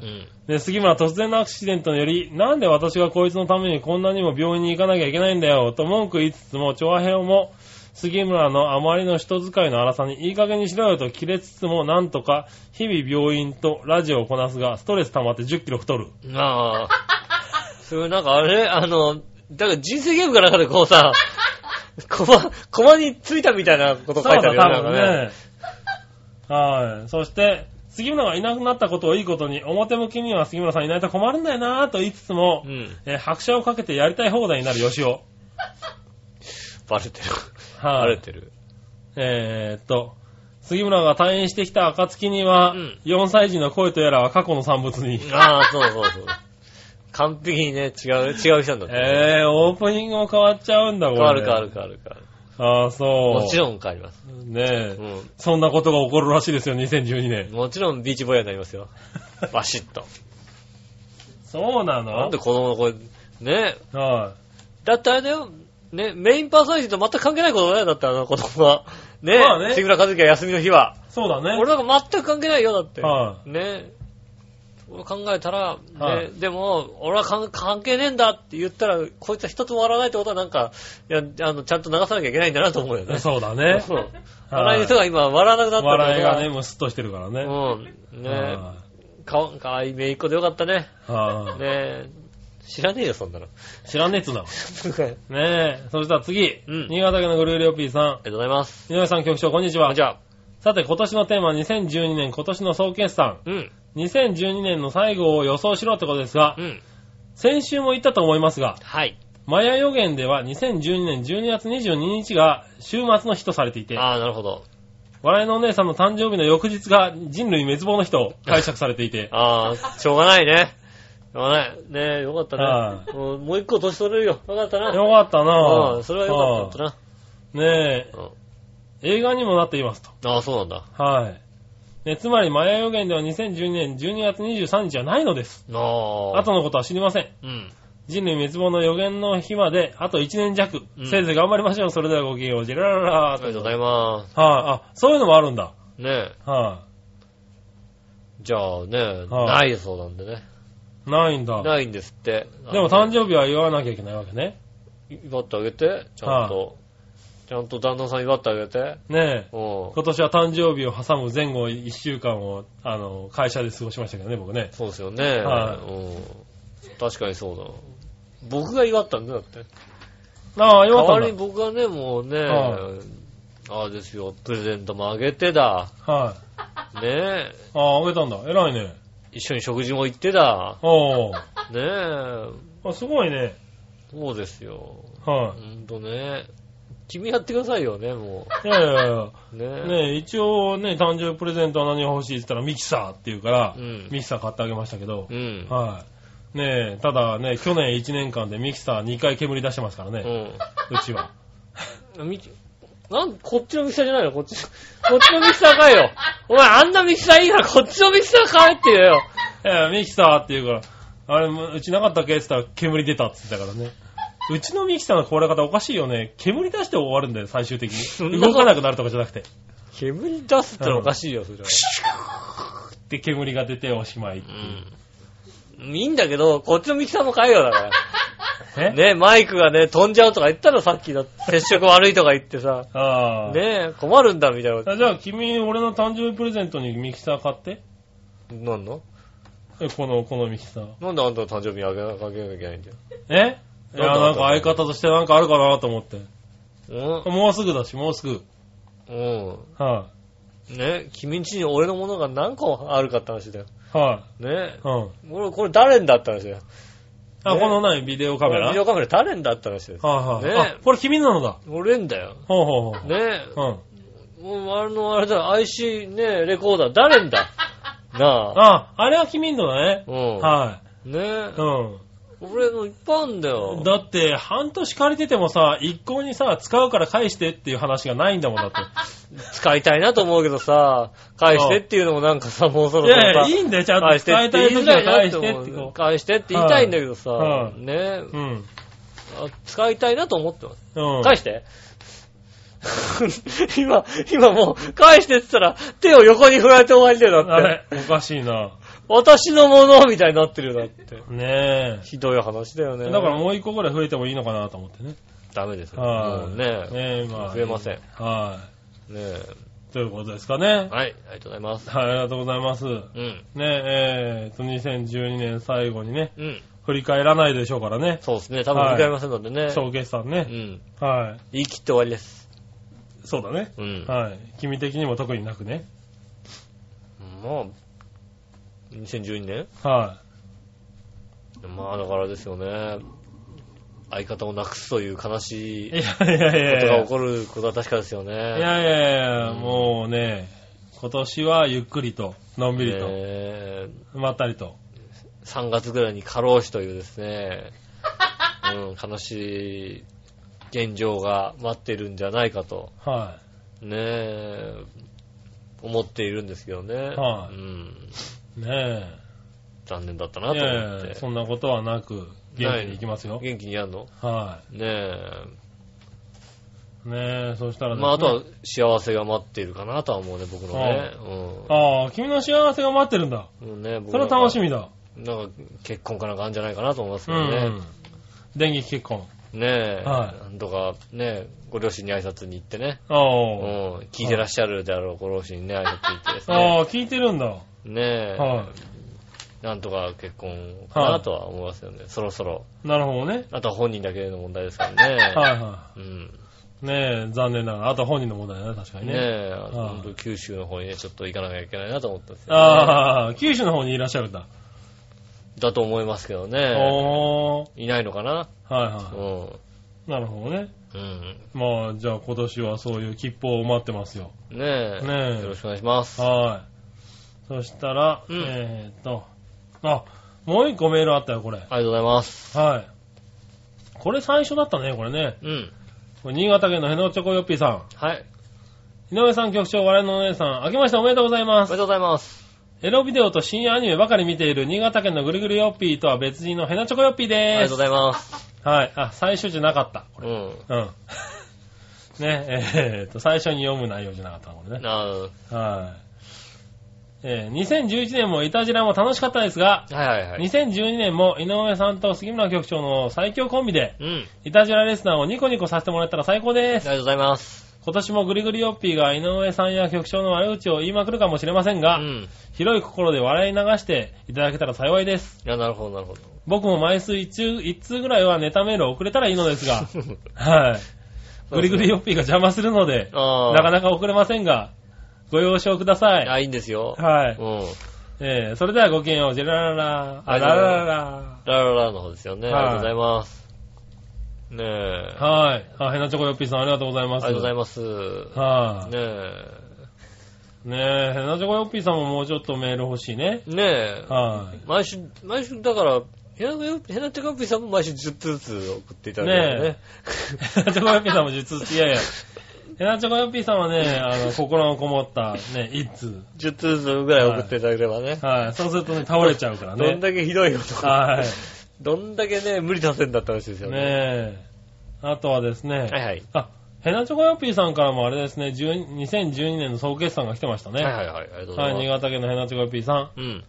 うん。
い。で、杉村は突然のアクシデントにより、なんで私がこいつのためにこんなにも病院に行かなきゃいけないんだよ、と文句言いつつも、調和平も、杉村のあまりの人使いの荒さにいい加減にしろよと切れつつも、なんとか、日々病院とラジオをこなすが、ストレス溜まって10キロ太る。
ああ。 それなんかあれ、あの、だから人生ゲームかなんかでこうさ、コマ、コマについたみたいなこと書いてあるよね。
そう
な
だ
んかね。
多分ねはい。そして、杉村がいなくなったことをいいことに、表向きには杉村さんいないと困るんだよなぁと言いつつも、
うん。
えー拍車をかけてやりたい放題になる吉尾。
バレてる。バ
は
レ
い。
てる。
えーっと、杉村が退院してきた暁には、
うん
4歳児の声とやらは過去の産物に。
ああ、そうそうそう。完璧にね、違う、違う人なんだってね。
えー、オープニングも変わっちゃうんだ、これ。
変わる変わる変わる変わる。
ああ、そう。
もちろん変わります。
ん。ねえ、
うん。
そんなことが起こるらしいですよ、2012年。
もちろんビーチボーイヤーになりますよ。バシ ッと。
そうなの
なんで子供の声、ね。
はい。
だってあれだよ。ね、メインパーソナリティと全く関係ないことだよ。だってあの子供は。ね。
まあね
杉村和樹が休みの日は。
そうだね。
俺なんか全く関係ないよ、だって。
は
ね。そう考えたら、ね
はい
でも、俺は関関係ねえんだって言ったら、こいつは一つも笑わないってことはなんか、いや、あの、ちゃんと流さなきゃいけないんだなと思うよね。
そう だね。
そう。笑いの人が今、笑わなくなった
笑いがね、
ね。
もうスッとしてるからね。
うん。ね
は
かわかわいいめいっ子でよかったね。
いは
ね知らねえよ、そんなの。
い知らねえっつうな。
あ
ねえ。そしたら次。
うん
新潟県のグルーリオピーさ
りがとうございます。
ん。井上さん局長、こんにちは。
じゃあ、
さて、今年のテーマは2012年今年の総決算。
うん、
2012年の最後を予想しろってことですが
う、ん、
先週も言ったと思いますが、
はい。
マヤ予言では2012年12月22日が週末の日とされていて、
ああ、なるほど。
笑いのお姉さんの誕生日の翌日が人類滅亡の日と解釈されていて、
ああ、しょうがないね。しょうがない。ねえ、よかった
は
ね。うんもう一個年取れるよ。よかったな。
よかったな
うん、それはよかったな。
た。ね
うん
え、映画にもなっていますと。
ああ、そうなんだ。
はい。ね、つまり、マヤ予言では2012年12月23日じゃないのです。
なあ。
後のことは知りません。
うん。
人類滅亡の予言の日まで、あと1年弱。
うん
せいぜい頑張りましょう。それではごきげんよう。ジェラララ
あ
ー
りがとうございます。
はい、あ、そういうのもあるんだ。
ねえ、
は
じゃあね、
はい
ないそうなんでね。
い、ないんだ。で
ないんですって。
も
あの
誕生日は祝わなきゃいけないわけね。
祝ってあげて、ちゃんと。ちゃんと旦那さん祝ってあげて。
ねえ。
うん。
今年は誕生日を挟む前後1週間を、あの、会社で過ごしましたけどね、僕ね。
そうですよね。
は
うん。確かにそうだ。僕が祝ったんだよだって。
ああ、
代
よかった
わ
んだ
りに僕がね、もうね、
は
ああですよ、プレゼントもあげてだ。
はい、
ねえ。
ああ、あげたんだ。偉いね。
一緒に食事も行ってだ。
おー
ねえ。
あ、すごいね。
そうですよ。
は
ほ
い、
んとね。君やってくださいよね、も
いやいやいや。
う。ねえ。
ねえ、一応ね、誕生日プレゼントは何が欲しいって言ったらミキサーって言うから、
うん
ミキサー買ってあげましたけど、
うん。
はい。ねえ、ただね、去年1年間でミキサー2回煙出してますからね、うちは。
うん。みなん、こっちのミキサーじゃないのこっち、こっちのミキサー買えよ。お前、あんなミキサーいいから、こっちのミキサー買えって言えよ。
いや、ミキサーって言うから、あれ、うちなかったっけって言ったら煙出たって言ったからね。うちのミキサーの壊れ方おかしいよね。煙出して終わるんだよ、最終的
ん
に。
なこ
動
と
かなくなるとかじゃなくて。
煙出すってのはおかしいよ、それは。
で、煙が出ておしまいっていう。
うん。いいんだけど、こっちのミキサーも買えよ、だか
え
ら。ね、マイクがね、飛んじゃうとか言ったらさっきだ って、接触悪いとか言ってさ、
ああ。
ね困るんだ、みたいなこと。
あじゃあ君、俺の誕生日プレゼントにミキサー買って。
なんの
えこの、このミキサー。
なんであんたの誕生日にあげなきゃいけないんだよ。
えいや、
どうぞ
なんか相方としてなんかあるかなと思って。もうすぐだし、もうすぐ。
うん。
は
うん。ね、君んちに俺のものが何個あるかって話だよ。
い、はい、
ね。
うん。
俺、これ誰んだって話だよ。
あ、
ね
この何ビデオカメラ
ビデオカメラ誰んだって話だよ。
はいはい、
ね
あ、これ君なのだ。
俺んだよ。
ほうほうほ
ね。
う。うん。
もう、あの、あれだ、IC ね、レコーダー誰ん だ。なあ。
あ、あれは君のだね。
うん。
は
ねえ
い。。うん。
俺のいっぱいあんだよ。
だって、半年借りててもさ、一向にさ、使うから返してっていう話がないんだもん だって。
使いたいなと思うけどさ、返してっていうのもなんかさ、もうそろ
い
そ
や
ろ
いや、い
さ、
いんだよ、ちゃんと
返して
使
っ
いた
て
い
言い
時
た
はい
な
返
っ
しててっ
思
て
う。
こ
返してって言いたいんだけどさ
は、い
ねえ
う。うん。
あ使いたいなと思ってます。
うん。
返して。 今、今もう、返してって言ったら、手を横に振られて終わりだよ、だ
あ
って
れ。、おかしいな。
私のものみたいになってるよ、だって。
ね
ひどい話だよ
え。
ね。
だからもう一個ぐらい増えてもいいのかなと思ってね。
ダメですよ。
は
も
い。
うね。
ねえ、まあ。
増えません。ね
は
え
い。ということですかね。
はい、ありがとうございます。
はい、ありがとうございます。
うん。
ねえ、えーと、2012年最後にね、
うん。
振り返らないでしょうからね。
そうですね。多分振り返りませんのでね。
ショーケースさん
う
ね。
ん。
は
言い切って終わりです。
い。そうだね。
うん。
はい。君的にも特になくね。
まあ、2012年
は
まあだからですよね。相方をなくすという悲し
い。
い
い
こ
やいやいや
と
い
が
や。
起こることは確かですよね。
いやいやいや、もうね、今年はゆっくりと、のんびりと、
え
まったりと。
ー3月ぐらいに過労死というです ね、うん、悲しい現状が待ってるんじゃないかと、
は
ねえ、思っているんですけどね。
はい
うん、
い。ね
残念だった
え。
ないと
や
思っ
い
て。
や、そんなことはなく、元気にいきますよ。
元気にやるの
は
ねえ。
い。ねえ、そしたらですね
まあ、あとは幸せが待っているかなとは思うね、僕のね。
ああ、君の幸せが待ってるんだ。
うん。うんね、僕
それは楽しみだ。
み。なんか、結婚かなんかあるんじゃないかなと思いますけ
う
どね。
ん。電撃結婚。
ねえ、
は
なんとか、ねご両親に挨拶に行ってね、
あ
うん
あ。、
聞いてらっしゃるであろうご両親にね、挨拶に行ってですね、
ああ、聞いてるんだ。
ねえ、
は
なんとか結婚かなとは思いますよね、そろそろ。
い。なるほどね。
あとは本人だけの問題ですからね。
はいは
うん、
い。ねえ、残念ながら。あと本人の問題だね、確かに
ね
ね。
え、あの本当九州の方にね、ちょっと行かなきゃいけないなと思ったんですよ、ね。
ああ、九州の方にいらっしゃるんだ。
だと思いますけどね。
おー。
いないのかな
はいうは
ん。
い。なるほどね。
うん。
まあ、じゃあ今年はそういう切符を待ってますよ。
ねえ。
ねえ
よろしくお願いします。
はい。そしたら、
うん
えーっと、あ、もう一個メールあったよ、これ。
ありがとうございます。
はい。これ最初だったね、これね。
うん。
これ新潟県のヘノチョコヨッピーさん。
はい。
井上さん局長、我々のお姉さん、明けましておめでとうござい
お
ま。
めですとうございます。
エロビデオと深夜アニメばかり見ている新潟県のぐるぐるヨッピーとは別人のヘナチョコヨッピー
ありが
で
とうご
す。
ざいます。
はい。あ、最初じゃなかった。
う
うん。 ね、えーっと、最初に読む内容じゃなかったの、これ
ん。
ね。
なは
はい。えー2011年もイタジラも楽しかったですが、
いはいはい。
2012年も井上さんと杉村局長の最強コンビで、
うん。あり
イタジラレスナーをニコニコさせてもらったら最高です
が。とうございます。
今年もグリグリヨッピーが井上さんや局長の悪口を言いまくるかもしれません
う
が、
ん。
広い心で笑い流していただけたら幸いです。
いや、なるほどなるほど。
僕も毎週一通一通ぐらいはネタメールを送れたらいいのです が、はい。グリグリヨッピーが邪魔するので、
ああ。
なかなか送れませんが、ご了承ください。
あ、いいんですよ。
は
う
い。
ん。
えー、それではごきげんよう、ジェラララ、あらららら。
ラララの方ですよね。
はい
ありがとうございます。ねえ。あ
はい。あ、ヘナチョコヨッピーさんありがとうございま
り
す。
がとうござい
ま
ます。
す。は
ねえ。
い。ねえ、ヘナチョコヨッピーさんももうちょっとメール欲しいね。
ねえ。
はい。
毎週、毎週、だから、ヘナヘナテカンピーさんも毎週10通ずつ送っていただいてね。
ねヘナチョコヨッピーさんも実は、いやいや。ヘナチョコヨッピーさんはね、あの、心のこもった、ね、一通。
10通ずつぐらい送っていただければね。
はい。そうするとね、倒れちゃうから
どん
ね。
だけひどいことか。
はい。
どんだけね、無理させんだって話ですよね。
ねえ。あとはです
はい
ね、
はい。
あ、ヘナチョコヨッピーさんからもあれですね、10 2012年の総決算が来てましたね。
はい
は
はいはい。ありがとう
い、
ござい
新
ま
潟県のヘナチョコヨッピーさ
す。うん。
ん。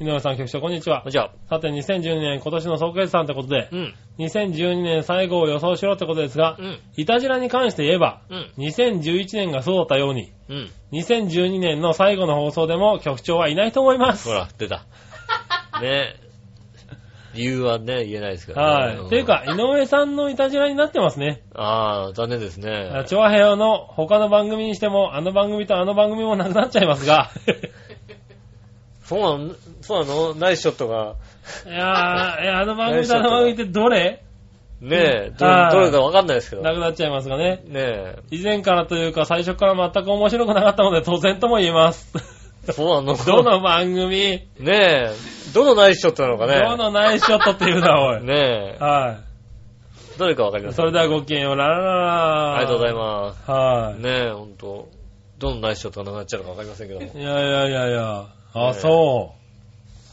井上さん、局長、こんにちは。
じゃあ、
さて、2012年今年の総決算ってことで
う、ん、
2012年最後を予想しろってことですが
う、ん、
いたじらに関して言えば、
うん、
2011年がそうだったように、
うん。
2012年の最後の放送でも局長はいないと思います。
ほら、出 た。ね理由はね、言えないですから
は
ね。
い。
ん
ていう、か、井上さんのいたじらになってますね。
ああ、残念ですね。
調和平和の他の番組にしても、あの番組とあの番組もなくなっちゃいま すが、
そうなのそうなのナイスショットが。
いやー、いやあの番組とあの番組ってどれ
ねえ、ど
はい
どれかわかんないですけど。
な
ね
くなっちゃいますがね。
え、
以前からというか、最初から全く面白くなかったので、当然とも言 えます。
そうなの
どの番組、
ねえ、どのナイスショットなのかね。
どのナイスショットっていうのは、おい。
ねえ、
は
どれかわかりま
い。
す
それではごきげんよう、ララララ
ありがとうござい
ま。
ます
は
す。ねえ、ほんと。どのナイスショットがなくなっちゃうのかわかりませんけども
い。。いやいやいやいや。
ね
あ、そ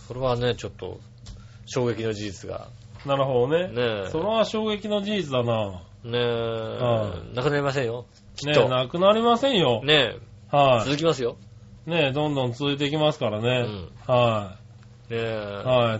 それはね、ちょっと、衝撃の事実が。
う。なるほどね。
ねえ。
それは衝撃の事実だな。
ね
は
え、なくなりませんよ。きっ
ねえ、
と。
なくなりませんよ。
ねえ、
はい。
続きますよ。
ねえ、どんどん続いていきますから
う
ね。
ん。
は
ね
い。は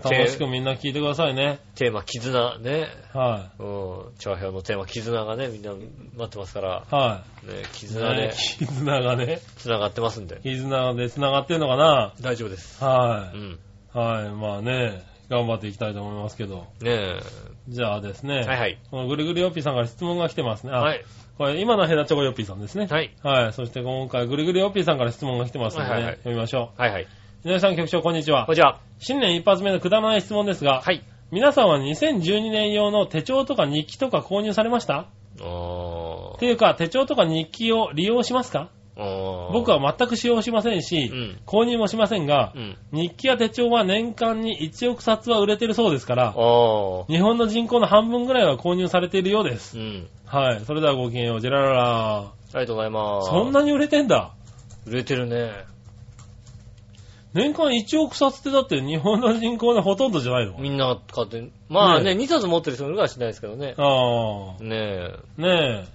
え、
い。楽しく
テ
みんな聞いてくださいね。
テーマ、絆、ね。
は
うん。長編のテーマ、絆がね、みんな待ってますから、
い。は
ね、
い。
絆
ね
で
え、絆がね、
繋がってますんで。
絆で繋がってんのかな。
大丈夫です。
は
うん。
い。はい。まあね、頑張っていきたいと思いますけど。
ね
じゃあですね。
え。はいはい。
このぐるぐるよっぴーさんから質問が来てますね。あ
はい。
これ今のヘナチョコよっぴーさんですね。
はい。
はい。そして今回、ぐるぐるよっぴーさんから質問が来てますので、ね
はいはいはい
読みましょ
はいはい。
う。皆さん局長、こんにちは
こ。ちら。
新年一発目のくだらない質問ですが、
はい。
皆さんは2012年用の手帳とか日記とか購入されました
あ
っていうか、手帳とか日記を利用しますか
あ。
僕、は全く使用しませんし、
うん
購入もしませんが
う、ん。
日記や手帳は年間に1億冊は売れてるそうですから、
ああ。
日本の人口の半分ぐらいは購入されているようです。
うん。
はい。それではごきげんよう。ジェラララ。
ありがとうございます。
そんなに売れてんだ。
売れてるね。
年間1億冊ってだって日本の人口のほとんどじゃないの
みんな買って、まあ
ね
ね、2冊持ってる人いるかはしないですけどね。
あ
ね
あ。ねえ。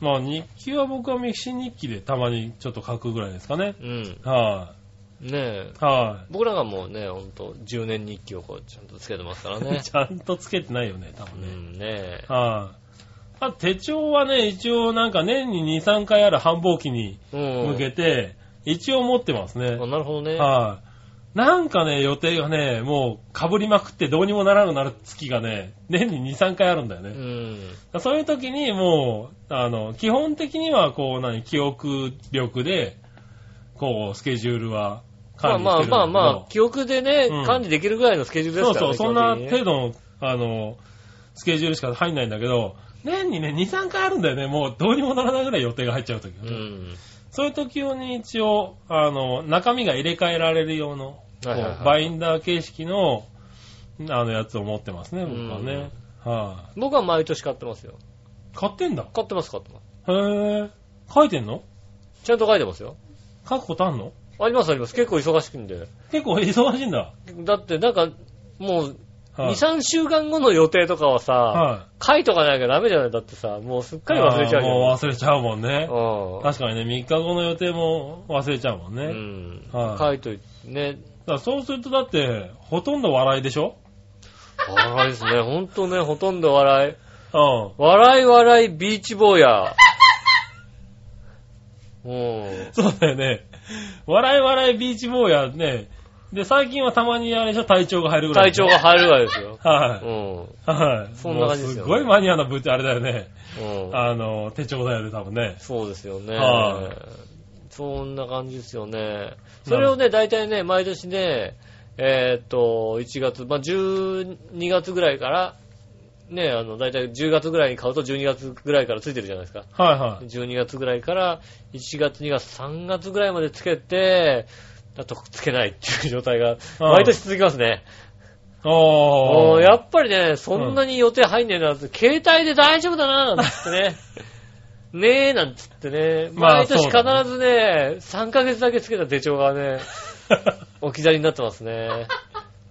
まあ日記は僕はミキシ日記でたまにちょっと書くぐらいですかね。
え。うん。
は
ねえ。
い。は
僕らがもうね、ほんと、10年日記をこう、ちゃんとつけてますから
い。。
ね
ちゃんとつけてないよね、多
うん、
分ね。
ねえ。
はい。あ手帳はね、一応なんか年に2、3回ある繁忙期に
うん。
向けて、一応持ってますね。
あなるほどね。
はい。なんかね、予定がね、もう被りまくってどうにもならなくなる月がね、年に2、3回あるんだよ
う
ね。
ん。
そういう時にもう、あの、基本的にはこう、何、記憶力で、こう、スケジュール
ま
は
あ
管理
ま
して
あ
るんだけど。
まあまあ、記憶でね
うん、
管理できるぐらいのスケジュールで
そう
すか
そ
ら
う、
ね。
そんな
基本的
程度の、あの、スケジュールしか入んないんだけど、年にね、2、3回あるんだよね。もうどうにもならないぐらい予定が入っちゃう時がね、
にねうん。
そういう時用に一応、あの、中身が入れ替えられる用の、こ
はいはいはいう
バインダー形式の、あのやつを持ってますね、僕はね。はい、
僕は毎年買ってますよ。
買ってんだ。
買ってます、買ってます。
へぇ書いてんの
ちゃんと書いてますよ。
書くことあんの
あります、あります。結構忙しくんで。
結構忙しいんだ。
だって、なんか、もう、
はい
2、3週間後の予定とかはさ、
はい。
書いとかなきゃダメじゃないだってさ、もうすっかり忘れちゃうじ
あー
ゃん。
もう忘れちゃうもんね。
う
確かにね、3日後の予定も忘れちゃうもんね。
ん。う
は
ん。
い
書いといて、ね。
だからそうするとだって、ほとんど笑いでしょ
笑いですね。ほんとね、ほとんど笑い。
うん。
笑い笑いビーチ坊 や。うん。
そうだよね。笑い笑いビーチ坊やね。で、最近はたまにあれでしょ、体調が入るぐらい
体
でしょ。
調が入るわけですよ。
は
う
い。
ん。
はい。
そんな感じですよね
もうすごいマニアな部長、あれだよね。
うん。
あの、手帳だよね、多分ね。
そうですよね
はい。
そんな感じですよね。それをね、大体ね、毎年ね、えーっと、1月、まあ、12月ぐらいから、ね、あの、大体10月ぐらいに買うと12月ぐらいからついてるじゃないですか。
はいはい。
12月ぐらいから1月、2月、3月ぐらいまでつけて、あとつけないっていう状態が毎年続きますね。
お
う
ー。
んやっぱりね、そんなに予定入んねえなって、携帯で大丈夫だな、なんつって ね。ねえ、なんつってね。
まあ
毎年
そう
必
だ
ずね、3ヶ月だけつけた手帳がね、置き去りになってますね。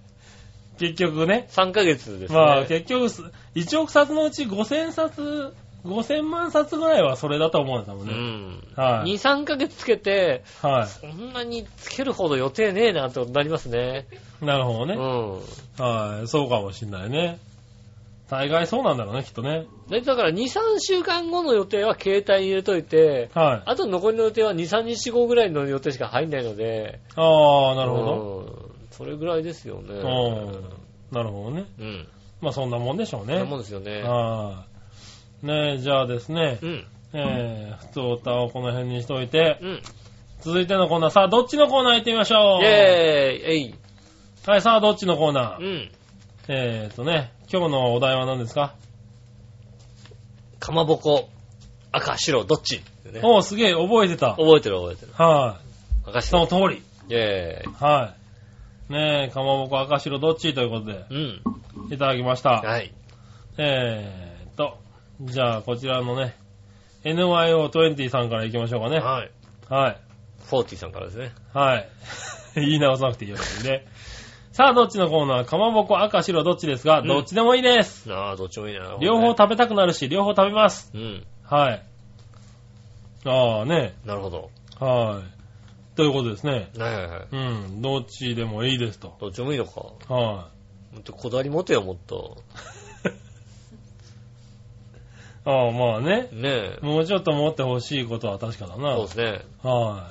結局ね。
3ヶ月ですね。
まあ結局す、1億冊のうち5000冊5000万冊ぐらいはそれだと思うんですもん
う
ね。
ん。2、
はい。
3ヶ月つけて、
は
そんなにつけるほど予定ねえなってことになりますね。
い。なるほど
う
ね。
ん。
はい。そうかもしんないね。大概そうなんだろうね、きっとね。
だだから2、3週間後の予定は携帯に入れといて、
はい。
あと残りの予定は2、3日後ぐらいの予定しか入んないので。
ああ、な
な
るほど。
ど。それぐらいですよね。
うん。なるほどね。
うん。
まあそんなもんでしょう
そんな
ね。
もんですよね。
はい。ねえ、じゃあですね
う、ん。
えー、普通歌をこの辺にしといて、
うん。
続いてのコーナー、さあどっちのコーナー行ってみましょう
イェーイえい。
はい、さあどっちのコーナ
う
ー
ん。
えーとね、今日のお題は何ですか
かまぼこ、赤、白、どっちってね
おー、すげえ、覚えてた。
覚えてる覚えてる。
は
赤、
い。その
白。
通り。
イェーイ。
はい。ねえ、かまぼこ赤白どっちということで、
うん。
いただきました。
はい。
えーと、じゃあこちらのね、NYO20 さんから行きましょうかね。
はい。
はい。
フォーティさんからですね。
はい。 言い直さなくていいようにね。さあ、どっちのコーナーかまぼこ、赤、白、どっちですが、
うん
どっちでもいいです。
なあ、どっちもいいな。
両方
た
食べたくなるし、両方食べます。
うん。
はい。ああね、
なるほど。
はい。ということですね。
はいはいはい。
うん、どっちでもいいですと。
どっちもいいのか。
は
もっとこだわり持てよ、もっと。
い。ああ、まあね。
ねえ。
もうちょっと持ってほしいことは確かだ
そう
な
で。すね。
は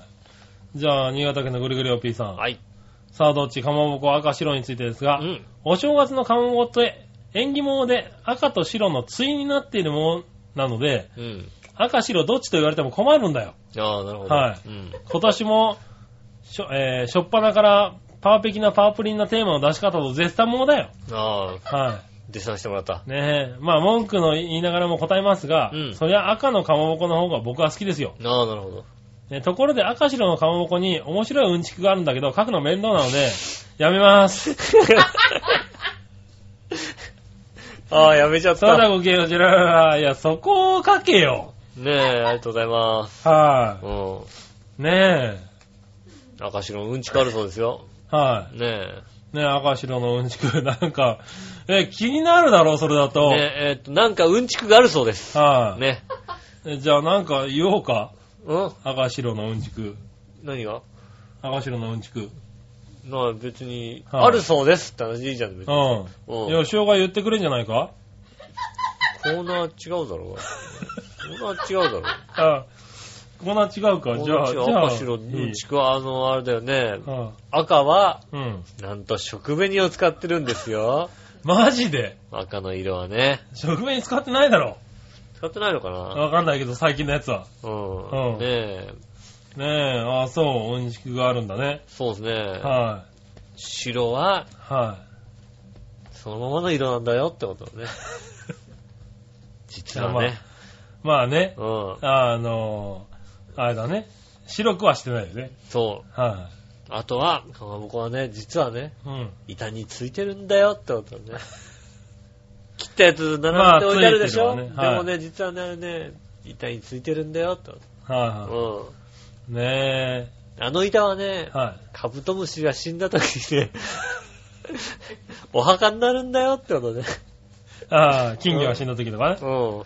い。じゃあ、新潟県のぐるぐるおっぴーさん。
はい。
さあ、どっちかまぼこ、赤、白についてです
う
が、
ん。
お正月の看護って縁起物で赤と白の対になっているものなので、
うん。
赤白どっちと言われても困るんだよ。
ああ、なるほど。
はい
うん。
今年も、しょ、えー、しょっぱなからパーペキなパープリンなテーマの出し方と絶賛ものだよ。
ああ、
は
デッサンしてもらった。
い。ねえ。まあ文句の言いながらも答えますが、
うん
そりゃ赤のかまぼこの方が僕は好きですよ。
ああ、なるほど。
ね、ところで赤白のかまぼこに面白いうんちくがあるんだけど、書くの面倒なので、やめます。
ああ、やめちゃっ
そら
た。
だ
ね
ごきげんようじらららいや、そこを書けよ。
え、ありがとうございます。
は
う
い、
ん。
ねえ。
赤白のうんちくあるそうですよ。
は
ねえ。
い。ね、赤白のうんちく、 なんか、え、気になるだろう、それだと。
ねえ、えっと、なんかうんちくがあるそうです。
はい、
ね。
えじゃあなんか言おうか。
うん
赤白のうんちく。
何が
赤白のうんちく。
まあ別に、
はい
あるそうですって話でいいじゃん。別
う
に
ん。
うん。
よしおが言ってくれんじゃないか
コーナー違うだろうが。コーナー違うだ
あこんな違うか。
ろう。
じゃあ、
コーナ
じ
ー違う
ゃあ。
赤白、うんち
く。
くはあの、あれだよね。
は
赤は、
いうん。
なんと食紅を使ってるんですよ。
マジで
赤の色はね。
食紅使ってないだろ。
使ってないのかな
わかんないけど、最近のやつは。
うん。
うん
ねえ。
ねえ、ああ、そう、うんちくがあるんだね。
そうですね。
は、
白はい
はい、
そのままの色なんだよってこと だね。実はね。
まあね。
うん。
あの、あれだね。白くはしてないよね。
そう。
は
あとは、かまぼこはね、実はね、
い、うん。
板についてるんだよってこと ね。切ったやつ
ま
並
あ
んで置いてあるでしょ、
ついてるわねはい
でもね、実はね、あれね、板についてるんだよってこ
はい、
と。
ね
うん。あの板はね
え。、は
カブトムシが死んだ時に ね、お墓になるんだよってことね。
い。ああ、金魚が死んだ時とかね
う。ん。
は、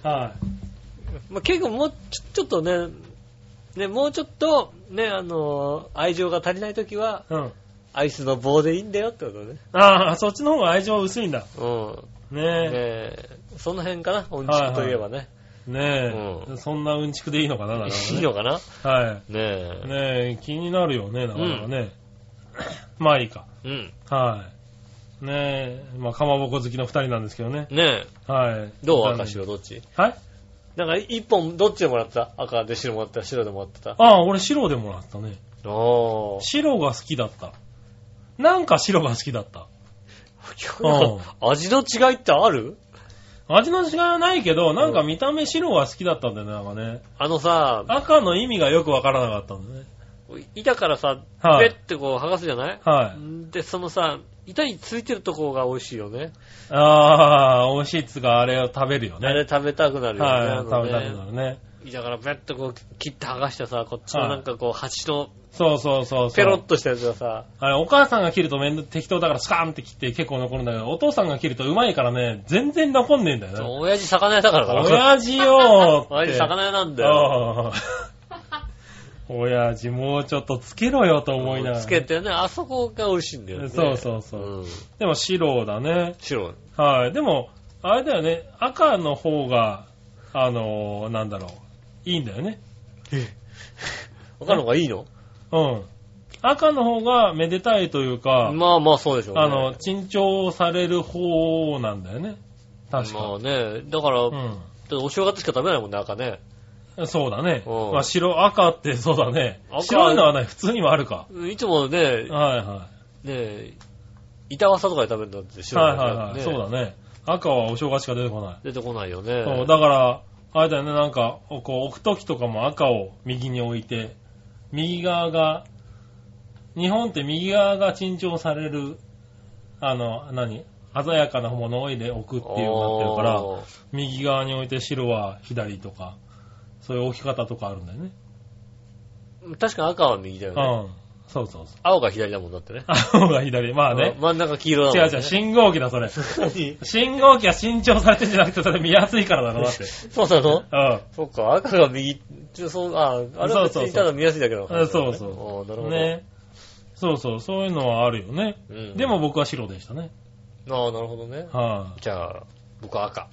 まあ、結構もうちょちょっとね、ね、もうちょっと、ね、あのー愛情が足りないときはい
うん。
アイスの棒でいいんだよってことね。
ああ、そっちの方が愛情薄いんだ。
う
ね
ん。ねえ、その辺かな、音痴といえばね。
え。ねえ、
うん
そんなうんちくでいいのかな、だから、ね。
いいのかな
は
ねえ。
い。ねえ、気になるよね、だからね。まあいいか。
うん。
はい。ねえ、まあ、かまぼこ好きの二人なんですけどね。
ねえ。
はい。
どう
残念
赤白どっち
はい
なんか一本どっちでもらった赤で白もらった白でもらってた。
ああ、俺白でもらったね。
おー。
白が好きだった。なんか白が好きだった。
味の違いってある
味の違いはないけど、なんか見た目白が好きだったんだよね、なんかね。
あのさ、
赤の意味がよくわからなかったんだね。
板からさ、
はい
ペッてこう剥がすじゃない
はい。
で、そのさ、板についてるとこが美味しいよね。
ああ、美味しいっつうか、あれを食べるよ
あ
ね。
れ食べたくなるよね。
はい、
あ
食
の
べ
ね
たくなるね。
板からペッとこう切って剥がしてさ、こっちのなんかこう、鉢の
そうそうそうそう。
ペロッとしたやつがさ、
あれ、お母さんが切ると面倒適当だからスカーンって切って結構残るんだけど、お父さんが切るとうまいからね、全然残んねえんだよね。
親父魚屋だからかな。
親父よーっ
親
て。
父魚屋なんだよ。
ああ 親父もうちょっとつけろよと思いながら、
つけてね、あそこが美味しいんだよね。
そうそうそう。
ん。
でも白だね。
白い。
はい。でも、あれだよね、赤の方が、あのーなんだろう、いいんだよね。
他の方がいいの
うん。赤の方がめでたいというか、
まあまあそうでしょうね。
あの、珍重される方なんだよね。確
ま
か。
あね、だから、だってお正月しか食べないもんね、赤ね。
うん。そうだね。
うん
まあ、白、赤ってそうだね
赤。
白いのはない、普通にもあるか。
いつもね、
はいは
ね、板わさとかで食べるんだって
い。
白
はい
い
はいはい。そうだね。赤はお正月しか出てこない。
出てこないよね。
そう、だから、あれだよね、なんか、こう置くときとかも赤を右に置いて、右側が、日本って右側が珍重される、あの、何鮮やかなものをで置くっていうようになってるから、
おー
右側に置いて白は左とか、そういう置き方とかあるんだよね。
確か赤は右だよ
う
ね。
ん。そうそうそう。
青が左だもんだってね。
青が左。まあね。
真ん中黄色だもん、
違
ね。
う違う、信号機だ、それ。
何
信号機は新調されてんじゃなくて、それ見やすいからだろ、だ って。
そうなの
うん。
そっか、赤が右、ちょそう、あ、あれは別
そうそうそう
にただ見やすいだけの話だよね
そうそう
おーなるほど。
ね。そうそう、そういうのはあるよね。
うん
でも、僕は白でしたね。
ああ、なるほどね。
はい、
じゃあ、僕は赤。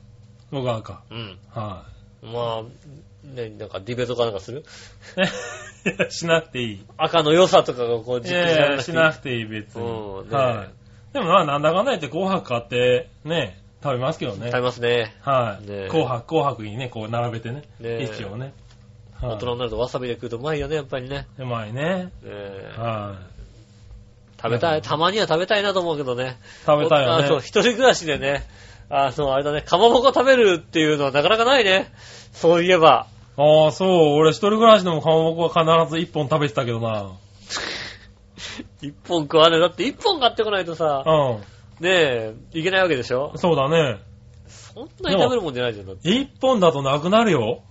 僕は赤。
うん。
は
まあ、ね、なんかディベートかなんかする
い、しなくていい。
赤の良さとかがこう、実
ええしなくていい、別に。
うんね
はい。でもまあ、なんだかんだ言って紅白買って、ね、食べますけどね
食。べますね。
はい、
ね
紅白、紅白にね、こう並べてね。
ね
一応ね。はい
大人になるとわさびで食うとうまいよね、やっぱりね。
うまいね。
ねえ
はい、
食べたい、たまには食べたいなと思うけどね。
食べたいよ
あと、
ね。
一人暮らしでね、あの、あれだね、かまぼこ食べるっていうのはなかなかないね。そういえば。
ああ、そう。俺一人暮らしでもかまぼこは必ず一本食べてたけどな。
一本食わねえ。だって一本買ってこないとさ、
う
ねえ、いけないわけでしょ
ん。そうだね。
そんなに食べるもんじゃないじゃん。だって
一本だとなくなるよ。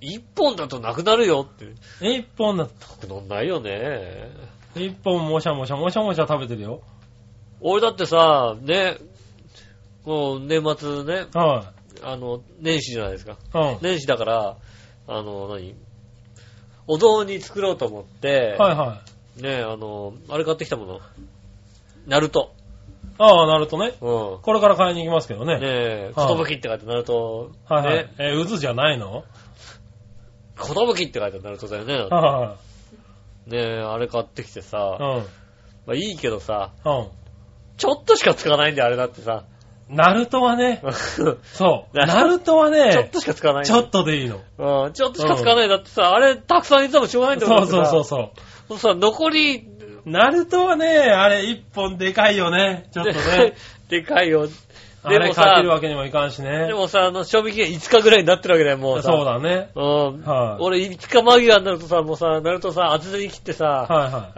一本だとなくなるよって。
一本だ、
なくなんないよね。
一本もしゃもしゃもしゃもしゃ食べてるよ。
俺だってさ、ね、もう年末ね、
は
あの、年始じゃないですか。
い。うん。
年始だから、あの、何お雑煮作ろうと思って、
はいはい。
ねあの、あれ買ってきたもの。ナルト。
ああ、なるとね。
う
これから買いに行きますけどね。
ん。ねえ、
は
こと
い
ぶきって書いてナルト。
はいはい。
ね。
えー、渦じゃないの
ことぶきって書いてナルトだよね。
は
ねえ、あれ買ってきて
い
さ、
はい。う
ま
ん。
あいいけどさ、
う
ちょっとしか使わないんだよ、あれだってさ。
ん。ナルトはね、
ちょ
そう。
な
ナルトは
っ
ね、
としか使わないん
ち
だ
ょ
よ。
っとでいいの。
うん、ちょっとしか使わないんだってさ、あれたくさんいつもしょうがないんだよ。
そうそうそうそう
さ、残り、
う。ナルトはね、あれ一本でかいよね。ちょっとね。
でかいよ。
あ
で
れ
も
か
さ
けるわけにもいかんしね
で。もさ、あの、賞味期限5日ぐらいになってるわけだよ、もうさ。
そうだね。
うん。
はい
俺、5日間際になるとさ、もうさ、なるとさ、厚手に切ってさ、
はいはい。
あ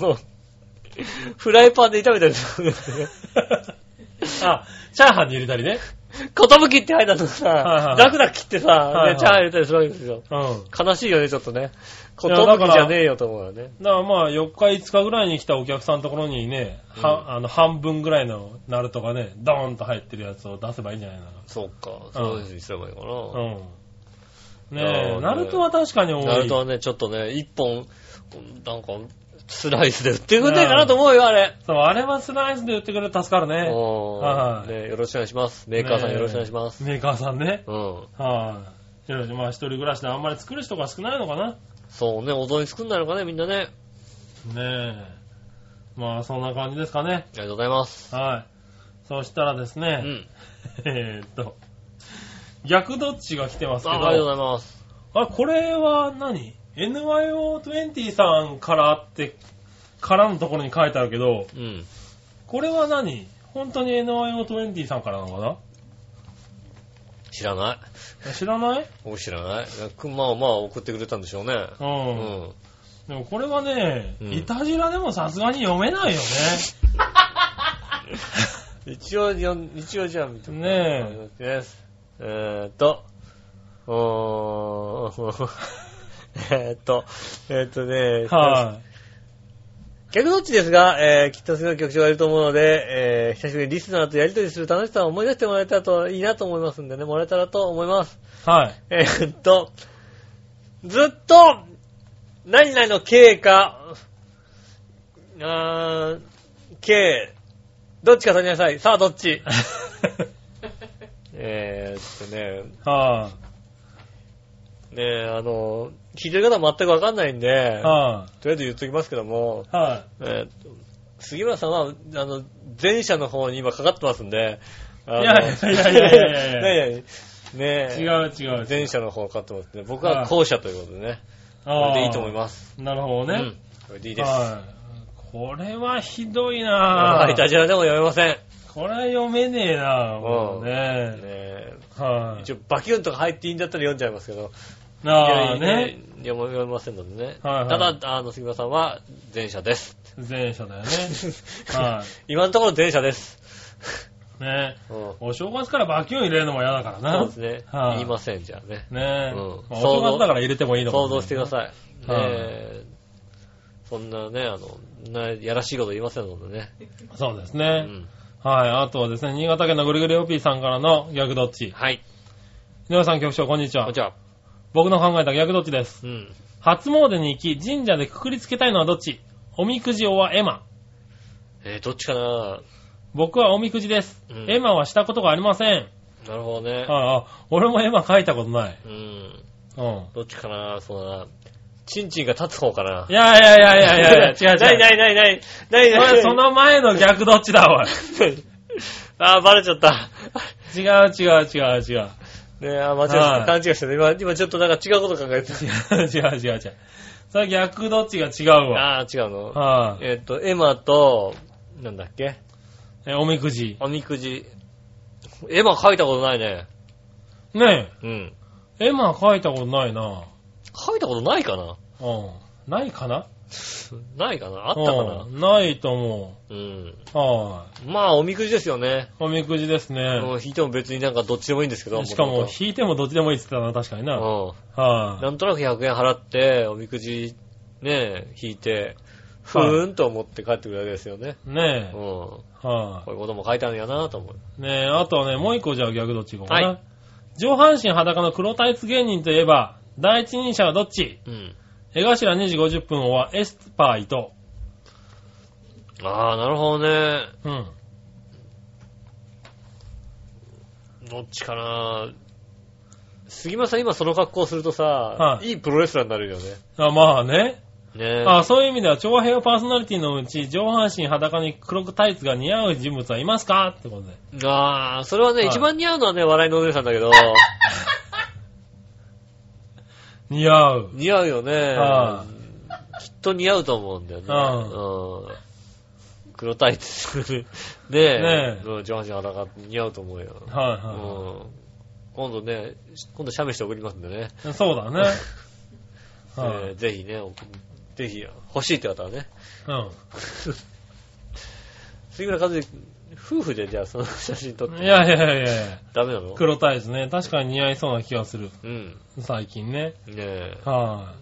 の、フライパンで炒めたり するんだよね。
あ、チャーハンに入れたりね。
ことぶきって入ったと
はい
さ
は、い
ザクザク切ってさ
は、いは
ね
い
チャーハン入れたりするわけですよ。
うん。
悲しいよね、ちょっとね。こ
やだから
とぶきじゃねえよと思うよね。
だからまあ、4日5日ぐらいに来たお客さんのところにね、は、あの、半分ぐらいのナルトがね、ドーンと入ってるやつを出せばいいんじゃないの
そうか、そういうふうにすればいいかな。
うん。
なるほど
ねえ、
ね
ナルトは確かに多い。
なるとはね、ちょっとね、1本、なんか、スライスで売ってくんねえかなと思うよ、あれ。
そう、あれはスライスで売ってくれると助かるね。
うん
はい
ねよろしくお願いします。メーカーさん
ねえ
よろしくお願いします。
メーカーさんね。
うん。
はい、よしまあ、一人暮らしであんまり作る人が少ないのかな。
そうね、お雑煮作んないのかね、みんなね。
ねえ。まあ、そんな感じですかね
あ。りがとうございます。
はい。そしたらです
う
ね、
ん。
えーっと、逆どっちが来てます
あ
けど、
ありがとうございます。
あ、これは何 ?NYO20 さんからって、からのところに書いてあるけど、
うん。
これは何本当に NYO20 さんからなのか
知らない。
な知らない
僕知らない。くまあまあ送ってくれたんでしょうね。
う。
うんん。
でもこれはね、
うん
いたじらでもさすがに読めないよ
一応、よん一応じゃあ見て
ね。ねえ。
です。えーっと、うーん。 えーっと、えーっとね、
は
逆どっちですが、えーきっとすごい局長がいると思うので、えー久しぶりにリスナーとやりとりする楽しさを思い出してもらえたらといいなと思いますんでね、もらえたらと思います。
い。はい。
えーっと、ずっと、何々の K か、あー、K、どっちか取りなさい。さあ、どっち えーっとね、
は
ねえ、あの、聞いてる方は全くわかんないんで、
い。は
とりあえず言っときますけども、
い。は
えーっと杉村さんは、あの、前者の方に今かかってますんで、あの
いやいやいやいやいやい や
いやいやね
い。
え、
違う違う。
前者の方かと思って、僕は後者ということでね。こ
ああ
れでいいと思います。
なるほど
う
ね
ん。。これでいいです。は
はい。これはひどいな ぁ。
い、ダジャレでも読めません。ね
これは読めねえなぁ、もうね。
え
はい
一。応、バキュンとか入っていいんだったら読んじゃいますけど。
ああ
いやいや
ね。
読め読めませんのでね。
はいはい
ただ、あの、杉村さんは前者です。
前者 だよね。は
今のところ前者です。
い。ね。
うん
お正月からバキュン入れるのも嫌だからな。
そうですね。
はい
言いません、じゃあね。
ねえ。
うん
まあお正月だから入れてもいいのかも
想像してくだ
い。
さい。ね
はい
えそんなね、あの、なやらしいこと言いませんのでね。
そうです
う
ね。
ん。
はい。あとはですね、新潟県のぐるぐるよぴーさんからの逆どっち。
はい。
井上さん局長、こんにち
こん
は
に。ちは。
僕の考えた逆どっちです。
うん。
初詣に行き、神社でくくりつけたいのはどっちおみくじおはエマ。
えーどっちかな
僕はおみくじです。
うん
エマはしたことがありません。
なるほどね。
ああ、俺もエマ書いたことない。
うん。
うん。。
どっちかなそうだな。チンチンが立つ方かない
やいやいやいや いやいや、違う違う。
ないないないない。ない
そ
ない。
れその前の逆どっちだ、おい。
あー、バレちゃった。
違う違う違う違う。
ねえ、あー、間違えた。
はい
勘違いしてた。今、今ちょっとなんか違うこと考えてた。
違う違う違う。それ逆どっちが違うわ。
あー、違うの。
はい、
えっと、エマと、なんだっけ
えおみくじ。
おみくじ。エマ書いたことないね。
ね
うん。
え、エマ書いたことないな。
書いたことないかな
うん。ないかな
ないかなあったかな
うんないと思
うん。
う。はい、
まあ、おみくじですよね。
おみくじですね。
もう引いても別になんかどっちでもいいんですけど。
しかも
元
引いてもどっちでもいいって言ってたな、確かにな。はい、
々うん。なんとなく100円払って、おみくじ、ねえ、引いて、ふーんと思って帰ってくるだけですよね。うん。
ねえ。
こ
は
ういうことも書いてあるんやなと思う。
い、ねえ、あとはね、もう一個じゃあ逆どっち行こうかな。
はい
上半身裸の黒タイツ芸人といえば、第一人者はどっち
うん。
江頭2時50分はエスパー伊藤。
ああ、なるほどね。
うん。
どっちかな杉間さん今その格好するとさ、
はい
い、いプロレスラーになれるよね。
あまあね。
ねえ。
あそういう意味では、長平パーソナリティのうち、上半身裸に黒くタイツが似合う人物はいますかってことで。
ああ、それはね、
はい
一番似合うのはね、笑いのお姉さんだけど、
似合う。
似合うよね。
は
きっと似合うと思うんだよね。うん黒タイ ツ。ね
ね
え。うん上半身裸似合うと思うよ。う
は
ん今度ね、今度写メして送りますんでね。
いはい。そう だね。はい、
えーぜひね、送ぜひ欲しいって方はね。杉村和之、夫婦でじゃあその写真撮っ
う
て
ん。いやいやいやいや
ダメなの
黒タイツね。確かに似合いそうな気がする。
うん。ね
最近ね。
え。
は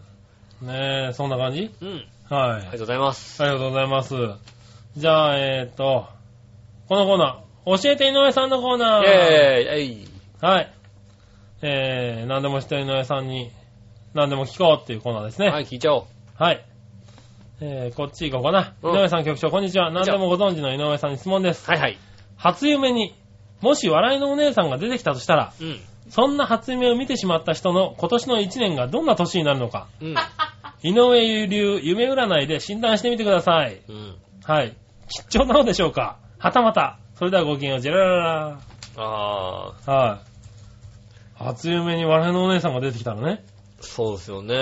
い、ねえ、そんな感じ
うん。
は
あり
い
がと。うございます。
ありがとうございます。じゃあ、えっ、と、このコーナー。教えて井上さんのコー
イェ
ナ
ー
ー。
イえい
はい。えー、何でも知ってる井上さんに、何でも聞こうっていうコーナーですね。は。
はいい、聞いちゃおう。
えー、こっち行こうかな。
うん
井上さん局長、こんにちは。
んに
何
ち
で
は
もご存知の井上さんに質問です。
はいはい。
初夢に、もし笑いのお姉さんが出てきたとしたら、
うん。
そんな初夢を見てしまった人の今年の1年がどんな年になるのか、
うん。
井上流夢占いで診断してみてください。
うん。
はい。吉兆なのでしょうかはたまた、それではごきげんよう、ジェラララ
ああ、
ラ。はい。初夢に笑いのお姉さんが出てきたのね。
そうですよね。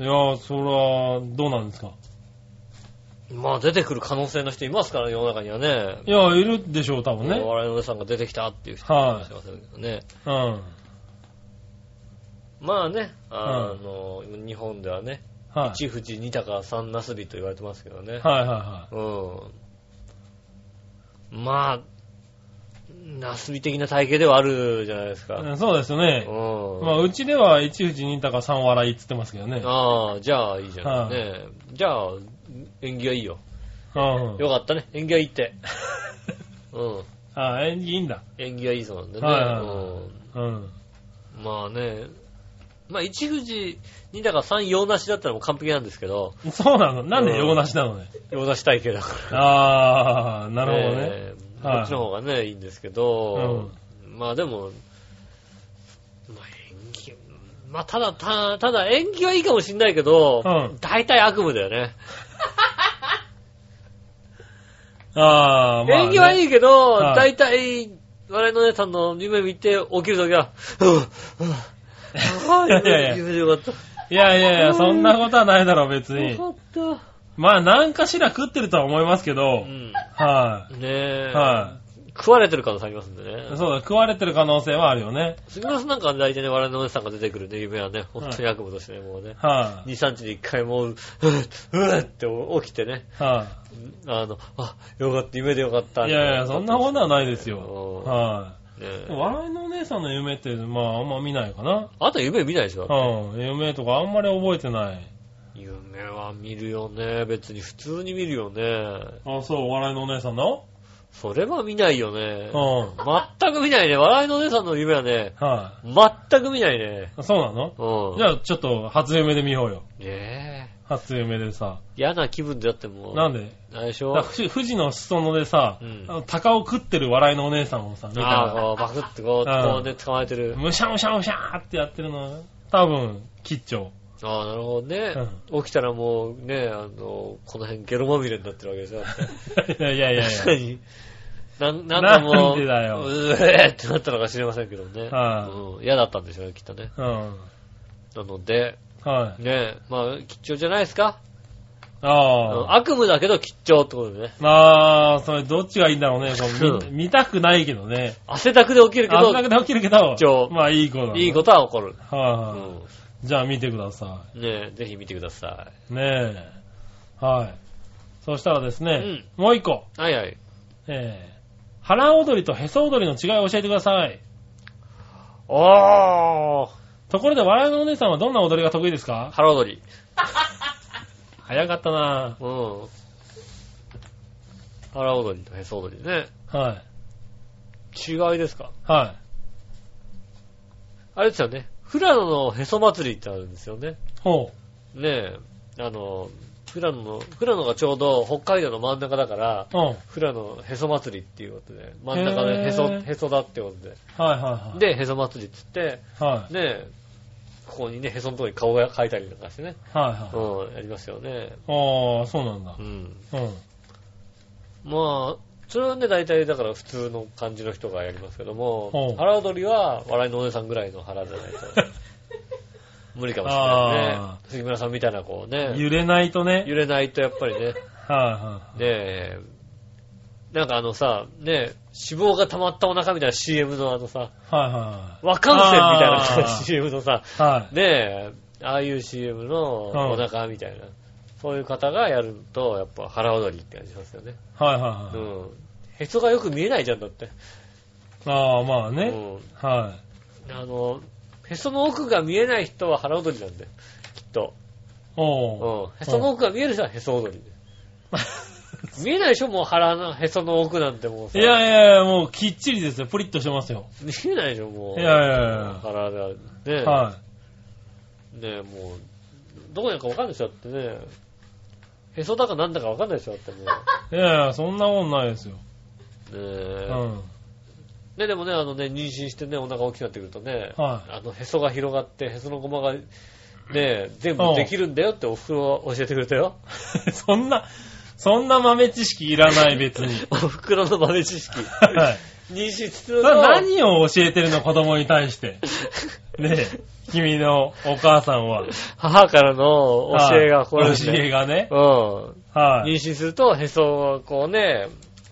いやー、それは、どうなんですか
まあ出てくる可能性の人いますから、世の中にはね。
いや、いるでしょう、多分ね。
お笑いのお姉さんが出てきたっていう人いらっしゃいませんけどね。
うん。
まあね、あの、日本ではね、
はい。
一富士二鷹三なすびと言われてますけどね。
はいはいは
うん。まあ、なすび的な体型ではあるじゃないですか。
うんそうですよね。
うん。
まあ、うちでは1富士2高3笑いっつってますけどね。
ああ、じゃあいいじゃない、ねじゃあ、縁起はいいよ。
うん
よかったね。縁起はいいって。うん。
あ、演技いいんだ。
縁起はいいそうなんでね。
はいはいはう
う
ん。
ん、まあね。まあ、一富士、二だから三用なしだったらもう完璧なんですけど、
そうなの。なんで用なしなのね。
用なし体型だか
ああ、な
ら。
るほどね。
えー
はい
こっちの方がね、いいんですけど、まあでも、まあ縁起、まあただ、たただ縁起はいいかもしんないけど、
うん
大体悪夢だよね。
ああ、まあ、ね。
演技はい
い。
いけど、
は
大
い
体、我々の姉さんの夢見て起きるときは、 うぁ、う
いやい
ぁ、
やいや
夢でよかった。
いやいやいや、そんなことはないだろ、別
よ
に
か。っ
まあ、なんかしら食ってるとは思いますけ
た。
ど
う、ん。
は
ねえ
い。。は
食われてる可能性ありますんで
い。
ね。
そうだ、食われてる可能性はあるよね。
杉村さんなんか大体ね、我々の姉さんが出てくるね、夢はね、本当に悪夢としてね、もうね。
は
2、3日に1回もう、うぅ、うぅって起きてね、
い。は
あの、あ、よかった、夢でよかった。
い。いやいや、そんなことはないです
う
よ
ん。
は
ね
い。
え
でも笑いのお姉さんの夢って、まあ、あんま見ないかな。
あと夢見ないでしょ
うん。夢とかあんまり覚えてない。
夢は見るよね。別に普通に見るよね。
あ、そう、お笑いのお姉さんの
それは見ないよね
う。ん。
全く見ないね。笑いのお姉さんの夢はね、
は
全く見ないね。
い。そうなの
うん。
じゃあ、ちょっと、初夢で見ようよ。
ねえ。
初夢でさ。
嫌な気分でやっても。
なんで
あれでし
だから
ょ
富士富士の裾野でさ、
うん
あの鷹を食ってる笑いのお姉さんをさ、見た
ああ、
ら、
こう、バクってこう、
うん
こうね、捕まえてる。
むしゃむしゃむしゃーってやってるの、多分、吉 兆。
ああ、なるほどね。起きたらもうね、あの、この辺ゲロまみれになってるわけでしょ。
いやいやいやいや。
確かに。なん、なんかもう、
なんでだよ
うえーってなったのか知りませんけどね。
は
うん嫌だったんでしょうね、きっとね。
うん。
なので、
はい。
ねえ、まあ、吉兆じゃないですかう
あ
ん悪夢だけど吉兆ってことでね。
あ。まあ、それどっちがいいんだ ろうね。こう
う
見見たくないけどね。
汗だくで起きるけ
あ
ど
ん、だけで起きるけど
吉兆、
まあいい子だ、
いいことは起こる。
と。
う
はい、
ん。
じゃあ見てくださ
ねえ、ぜひ見てくださ
い。ねえ。はい。そしたらですね、もう一個。
い。はいはい。
えー、腹踊りとへそ踊りの違いを教えてください。
おー
ところで、笑いのお姉さんはどんな踊りが得意ですか
腹踊り。
早かったな
うん。腹踊りとへそ踊りね。
ぁ。はい。
違いですか
は
あれですよね。富良野のへそ祭りってあるんですよね。
い。ほ
ねえ、あの、富良野の、富良野がちょうど北海道の真ん中だから、
う。うん。はい
富良野へそ祭りっていうことで、真ん中でへそ、
へー
へそだってことで。
はいはい。
で、へそ祭りって言って、
はい。
ねえ、ここにね、へそのとこに顔が描いたりなんかしてね。
はいは
う
い。
ん、やりますよね。
ああ、そうなんだ
う。ん。
うん。
まあ、それはね、大体だから普通の感じの人がやりますけど
ほ
も
う、
腹踊りは笑いのお姉さんぐらいの腹じゃ ないと。無理かもしれないね
あ。
杉村さんみたいなこうね、
揺れないとね。
揺れないとやっぱりね、
は
ねえ、なんかあのさ、ねえ、脂肪が溜まったお腹みたいな CM のあのさ、
いはい。はいは
和感染みたいな
あ ー
CM のさ、
い。はい。
ねえ、ああいう CM の
うん
お腹みたいな、そういう方がやると、やっぱ腹踊りって感じしますよね。
はいは
う
いはい。
ん。へそがよく見えないじゃんだって。
ああ、まあ
う
ね。
ん。
は
あの、へその奥が見えない人は腹踊りなんだよ。きっと。
い。おお。
うん。へその奥が見える人はへそ踊り。見えないでしょもう腹の、へその奥なんてもうさ。
いやいやいや、もうきっちりですよ。プリッとしてますよ。
見えないでしょもう。
いやいやいや
腹が。ね、
は
ねもう、どこにあるかわかんないでしょだってね。へそだかなんだかわかんないでしょだ ってもう。ね
い。いやいや、そんなもんないですよ。う
え
ん。
ね、でもね、あのね、妊娠してね、お腹大きくなってくるとね、
は
あの、へそが広がって、へそのごまが、ね、全部
うん
できるんだよっておふくろは教えてくれた よ。
そんな、そんな豆知識いらない、別に。
おふくろの豆知 識。
はい。
妊娠す
そ
る
れ
と、
は何を教えてるの子供に 対して。ねえ、君のお母さんは。
母からの教えがこれ
は
で
い
す
教え
ね。
がね
う。ん。
は
妊
い。
娠すると、へそがこうね、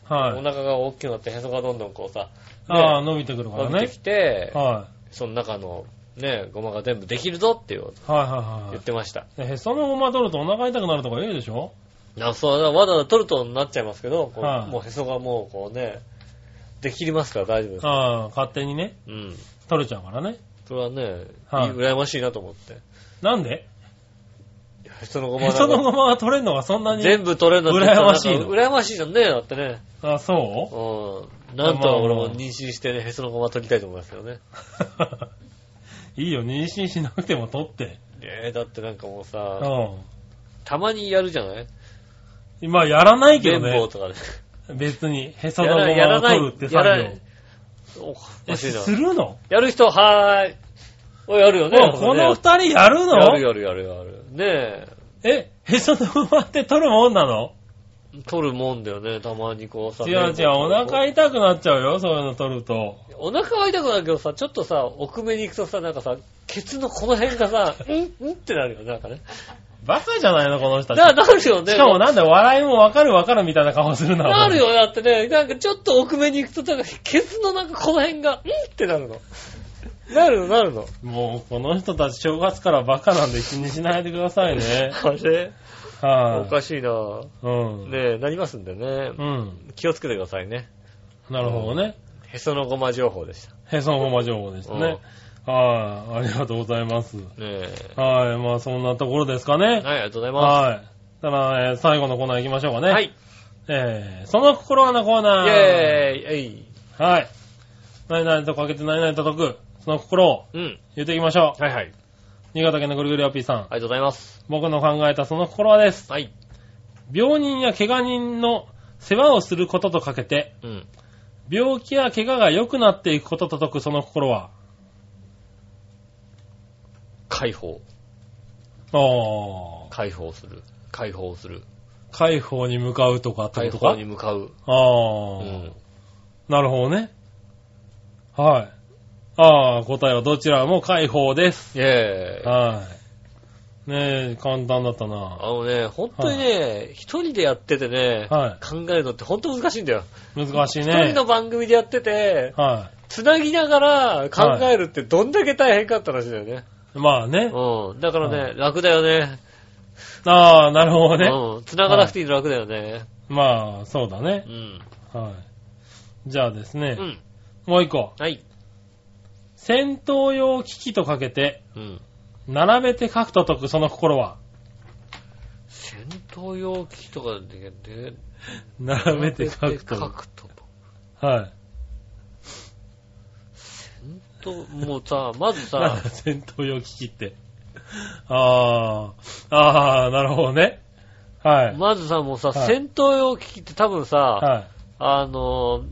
お
はい。
腹が大きくなって、へそがどんどんこうさ、
ああ、
ね、
伸びてくるか
伸
ら
びて
ね
き。て、
は
その中の、ね、ごまが全部できるぞっていうこと
い。はいはい
言
は
ってました。
い。でへそのごま取るとお腹痛くなるとか言うでしょ
あそうだ、わざわざ取るとなっちゃいますけど、こう
はい
もうへそがもうこうね、で切りますから大丈夫です。
ああ、勝手にね、
うん。
取れちゃうからね。
それはね、
はい
い羨ましいなと思って。
なんで
いや人のごま
へ
な
そ
ん
の
か
ごまが取れるのがそんなに。
全部取れるのって
羨ましいの
なんか羨ましいじゃんね、だってね。
あそう
うん。なんとは俺も妊娠してね、へそのごま取りたいと思いますけどね。
いいよ、妊娠しなくても取って。
えー、だってなんかもう
う
さ、
ん。
たまにやるじゃない
今やらないけど
綿棒
ね。
とかで。
別に、へそ
や
のご
らや
ま
ら
を
な
取る
い
って、
や
作
ら
業
な。い。おか
え
しいな。
するの
やる人、はーい。おい、やるよね。
おこの
ね
二人やる
やる
の
やるやるやる。ね
え、へそのごまって取るもんなの
え、取るもんだよね、たまにこうさ。
違う違う、お腹
い。
痛くなっちゃうよ、そういうの取ると。
お腹は痛くなるけどさ、ちょっとさ、奥目に行くとさ、なんかさ、ケツのこの辺が さ、うんうんってなるよね、なんかね。
バカじゃないの、この人たち。
な、なるよね。
しかもなんだよ、笑いもわかるわかるみたいな顔するな。
なるよ、だってね、なんかちょっと奥目に行くと、なんか、ケツのなんかこの辺が、うんってなるの。なるの、なるの。
もう、この人たち正月からバカなんで気にしないでくださいね。
あれお
はい、
かしいなぁ。
うん。
ねえ、なりますんでね。
うん。
気をつけてくださいね。
なるほどね。
へそのごま情報でした。
へそのごま情報でしたね。はい、あ。りがとうございます。
ね
はい、まあそんなところですか
え。
ね。
はい、ありがとうございま
はい。ただ、えー最後のコーナー行きましょうか
す。
ね。
は。い。
えー、その心はのコー
イェーイ
ナー。
えい。
はい。何々とかけて何々と解く。その心を
うん。
言っていきましょう。
はいはい。あり
新潟県のぐるぐるよっぴーさん。
がとうございます。
僕の考えたその心はです。
はい。
病人や怪我人の世話をすることとかけて、
うん。
病気や怪我が良くなっていくことと解くその心は。
解放。
ああ、
解放する。解放する。
解放に向かうとかって
解
ことか
放に向かう。
ああ
う、ん。
なるほどね。はい。ああ、答えはどちらも解放です。
イェーイ。
はい。ねえ、簡単だったな。
あのね、本当にね、一人でやっててね、
は
考えるのって本当難しいんだよ。
難しい
一
ね
人。の番組でやってて、
は
つなぎながら考えるってどんだけ大変かったらしいんだよね。
い。まあね。
うん。だから
は
ね、楽だよね。
ああ、なるほどね。
うん。つながなくていいの楽だよね。
まあ、そうだね
う。ん。
はい。じゃあですね
う、ん。
もう一個。
はい。
戦闘用機器とかけて、
うん。
並べて書くと解くその心は。
戦闘用機器とかで、で、
並べて書くと
書
解
くと。
く。はい。
と、もうさ、まず
なん
さ、
だ戦闘用機器って。 ああ、ああ、なるほどね。はい。
まずさ、もうさ、
はい
戦闘用機器って多分さ、
はい。
あの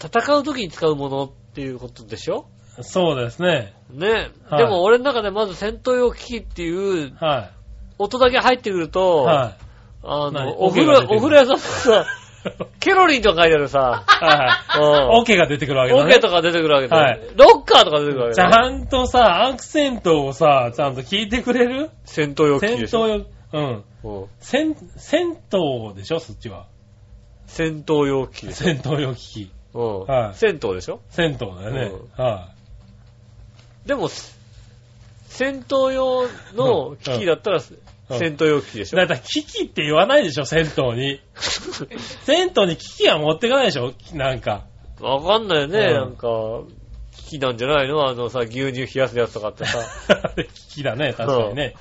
ー、戦う時に使うものっていうことでしょ
そうですね。
ね。
はい
でも俺の中でまず戦闘用機器っていう
は
音だけ入ってくる
い。
と、
は
あ
何
の、お風
オケが
呂、
出てくる
お風呂屋さんのさ、 ケロリンとか書いてあるさ、
い。はい。オケが出てくるわけ
オ
だ
ケ
ね。
とか出てくるわけだよ、
はい
ロッカーとか出てくるわけ
ち
だよ、
ゃんとさ、アクセントをさ、ちゃんと聞いてくれる
戦闘用機器
戦
でし
闘
ょ。
用、うん。
うん
戦、戦闘でしょそっちは。
戦闘用機器でしょ。
戦闘用機器。
うん
はい
戦闘でしょ。
戦闘だよね。は
でも、す戦闘用の機器だったら、戦闘用機器で
い。
しょ。
だいたい機器って言わないでしょ戦闘に。 戦闘に機器は持ってかないでしょなんか。
わかんないよね、
うん
なんか、機器なんじゃないのあのさ、牛乳冷やすやつとかってさ、
あれ機器だね、確かにね。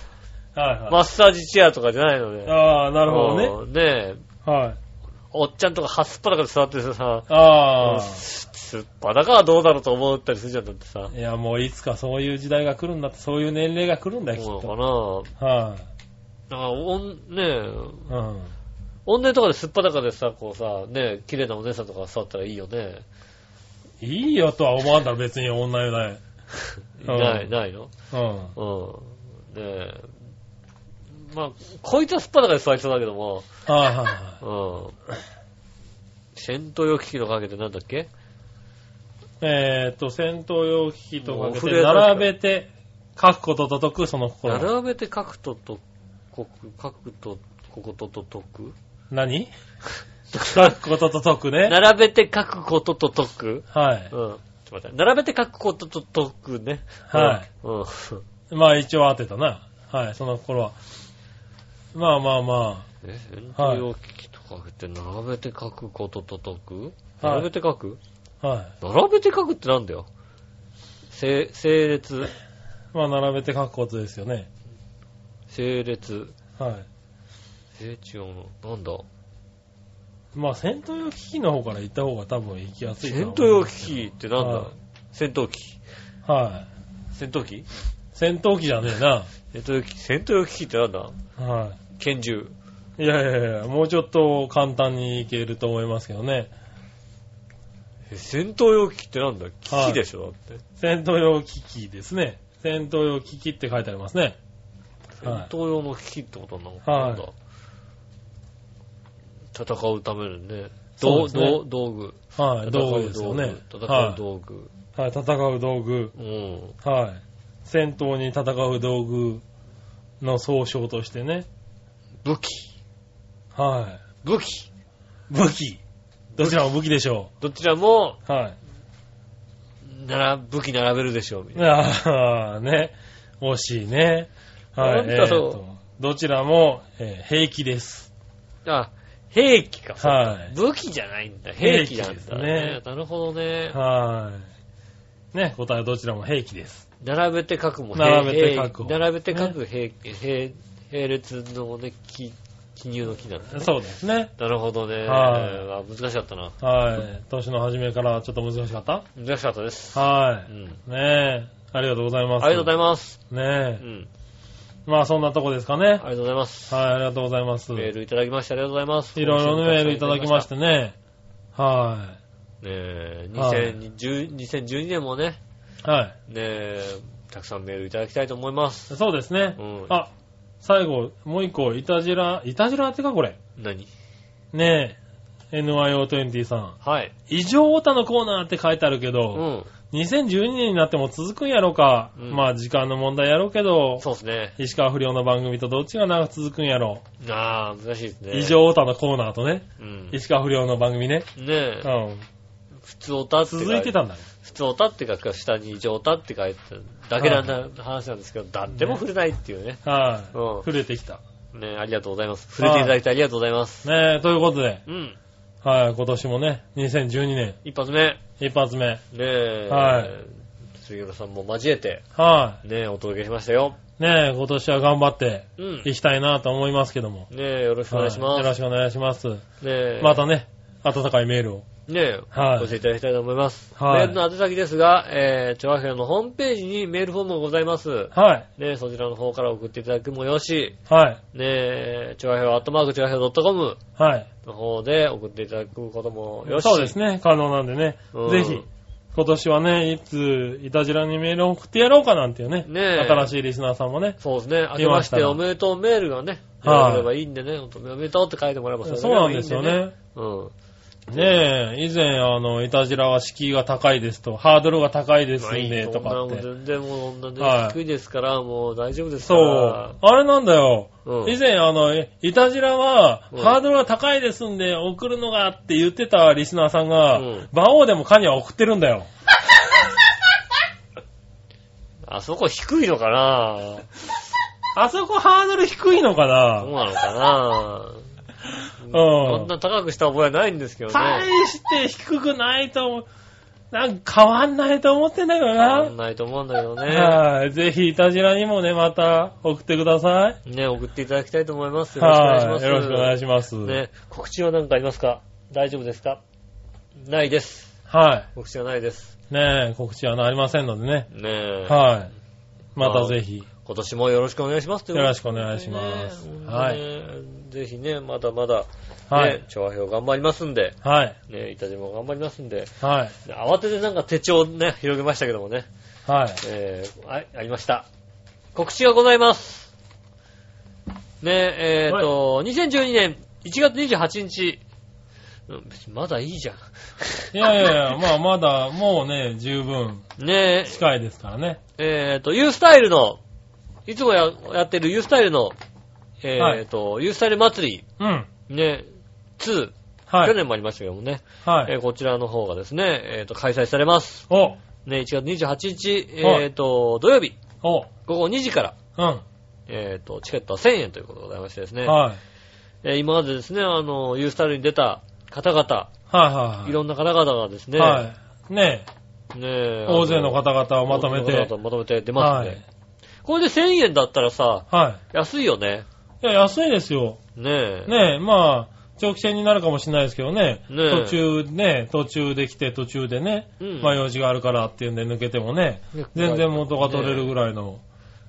はいはい。
マッサージチェアとかじゃないのね。
ああ、なるほどね。
うんねえ、
はい。
おっちゃんとかはすっぱだかで座っててさ、
あ
すっぱだかはどうだろうと思ったりするじゃんだってさ
あ。。いや、もういつかそういう時代が来るんだって、そういう年齢が来るんだよ、きっ
そう
と。
か
は
なだから、おん、ねえ、
い。うん。
女湯とかですっぱだかでさ、こうさ、ねえ、綺麗なお姉さんとか座ったらいいよね。
いいよとは思わんだろ、別に女よね。
い
うん
ない、ないの
うん。
うん。ねえ。まあ、こいつはすっぱだかで座りそうだけども、
はいはいは
うん。戦闘用機器の陰でなんだっけ
い。えーっと、戦闘用機器とかけ
もう震
て、
えた
並べて、書くことと解く、その心は。
並べて書くとと、こく、書くと、こことと解く
何書くことと解 くね。
並べて書くことと解く
は
うん。
い
ち。ょっと待って。並べて書くことと解くね。。
はい
うん。
まあ一応当てたな。はい、その心は。まあまあま
え、戦闘用機器とかけて並べて書くことと解く
あ。はい
並べて書く、
は
並べて書くってなんだよ。整整列、
い。まあ、並べて書くことですよね。
整列、
はい。
整地音、なんだ
まあ、戦闘用機器の方から行った方が多分行きやすいとは
戦
思
闘
う
用機器ってなんだ、
はい
戦闘機。
は
戦闘機
い。戦闘機じゃねえな。
戦闘機戦闘用機器ってなんだ
は
拳銃。
い。いやいやいや、もうちょっと簡単にいけると思いますけどね。
え戦闘用機器ってなんだ機器でしょ、だって。
戦闘用機器ですね。戦闘用機器って書いてありますね。はい
戦闘用の機器ってことなのか、
はい
なんだ戦うためのね、
そ
道
うですね
道道具。
はい。道具
戦
で
う
すよね。
戦う
は
道具。
い。はい、戦う道具。
うん。
はい。戦闘に戦う道具の総称としてね。
武器。
は
武器。
い。武器。どちらも武器でしょ
どちらも、
う。はい。
なら、武器並べるでしょう、みたいな。
ああ、ね。惜しいね。はい。
なんだろう
えーとどちらも、えー兵器です。
あ、兵器か。
はい。
武器じゃないんだ。兵器なん
兵器
だ
で
ね。なるほどね。
はい。ね、答えはどちらも兵器です。
並べて書くも
並べて書く
兵並べて書く兵、兵、並列のね、記記入の木なんだね。
そうですね。
なるほどね。あ
は
難しかったな。
はい。年の初めからちょっと難しかっ
難しかったです。
たは
うん。
い。ねえ。ありがとうございます。
ありがとうござ
い
います。
ます。
う
ね
ん。
え。まあそんなとこですか
あり
ね。
がとうございます。
はい、ありがとうございます。
メー
い
ルいただきましてありがとうございます。。
ろいろねメールいただきましててね。は
ねえ、
はい
2010 2012年もね、
い。はい。
ねえ、たくさんメールいただきたいと思います。
そうですね
う。ん。
あ、最後、もう一個、いたじら、いたじらってかこれ。
何
ねえ、NYO20 さん。
はい。
異常オタのコーナーって書いてあるけ
う
ど、
ん。
2012年になっても続くんやろか。
うん
まあ時間の問題やろうけど、
そうですね。
石川不良の番組とどっちが長く続くんやろ
ああ、難しいです
う。
ね。
異。常オタのコーナーとね、
うん。ね
石川不良の番組ね。
え
う、ん。
普通おたって書
続いてたんだね。
普通おたって書くか、下に異常おたって書いてただけなんだ話なんですけど、だっても触れないっていうね。
はい、
うん
触れてきた。
ねえ、ありがとうございます。触れていただいてありがとうございます。
ねえ、ということで、
うん。
はい、今年もね、2012年、
一発目。
一発目。
ねえ、
はい
杉浦さんも交えて、
は
ねえ、お届けしましたよ。
い。ねえ、今年は頑張って
うん。
いきたいなと思いますけども。
ねえ、よろしくお願いします。
はよろしくお願いします。
ねえ、
またね、温かいメールを。
ねえ、
はい
お教えていただきたいと思います。
は
メ
い
ールの宛先ですが、えー、調和平のホームページにメールフォームがございます。
はい。
ねえ、そちらの方から送っていただくもよし、
はい。
ねえ、調和平アットマーク調和平 .com
はい。
の方で送っていただくこともよし。
そうですね。可能なんでね。
うん
ぜひ、今年はね、いつ、いたじらにメールを送ってやろうかなんていうね。
ねえ
新しいリスナーさんもね。
そうですね。明
ました
けまして
ら
おめでとうメールがね、
はい
あればいいんでね、本当におめでとうって書いてもらえばれ
そうなんですよ
いいんで。
ね。
うん。
ねえ、以前、あの、いたじらは敷居が高いですと、ハードルが高いです
まあい
ん
い
で、とかって
そんな。もん全然もうそんな
は
ね、
い
低いですから、もう大丈夫ですか
そう
ら。。
あれなんだよ。
うん
以前、あの、いたじらは、
うん
ハードルが高いですんで、送るのがって言ってたリスナーさんが、
うん
馬王でもカニは送ってるんだよ。
あそこ低いのかな
あそこハードル低いのか
どう
な
なのかなそ
うん
ん。な高くした覚えはないんですけど
大
ね。
して低くないと思う。なんか変わんないと思ってんだけど
わかん
な。
ないと思うんだけどね。
はい。ぜひ、いたじらにもね、また送ってください。
ね、送っていただきたいと思います。よろしくお願いしま
はい。
す。
よろしくお願いします。
ね、告知は何かありますか大丈夫ですかないです。
は
告知はないです。
い。ねえ、告知はありませんのでね。
ねえ。
はい。またぜひ。
今年もよろしくお願いしますということで
よろしくお願いします
ね
はい
ねぜひね、まだまだ、
は
ね
い、。
調和表頑張りますんで、
はい。
ね、いたじも頑張りますんで、
はい。
慌ててなんか手帳ね、広げましたけどもね、
はい。
えー、あありました。告知がございます。ねえ、えーと、2012年1月28日、うん別にまだいいじゃ
いやいやいや、 まあまだ、もうね、十分
ん。ね
近いですからね。
え、えーと、ユースタイルの、いつもややってるユースタイルの、えーと、ユースタイル祭
うん。
り、ね、2、
は
去
い。
年もありましたけどもね、
は
え
い。
ーこちらの方がですね、えーと、開催されます。
お、
ね、1月28日、
はい
えーと、土曜日、
お、
午後2時から、
うん。
えっ、と、チケットは1000円ということでございましてですね。
はい。
えー今までですね、あの、ユースタイルに出た方々、
はいいは
ろんな方々がです
い。
ね、
はい。ね
ねえ
え、大勢の方々を
あ
まとめて。
大勢の方々をまとめて出ますね。
はい
これで1000円だったらさ、
は
安いよね。
い。いや、安いですよ。
ねえ。
ねえ、まあ、長期戦になるかもしれないですけどね。
ねえ
途中ね、途中できて途中でね、
うん
まあ用事があるからっていうんで抜けてもね、
ね
全然元が取れるぐらいの、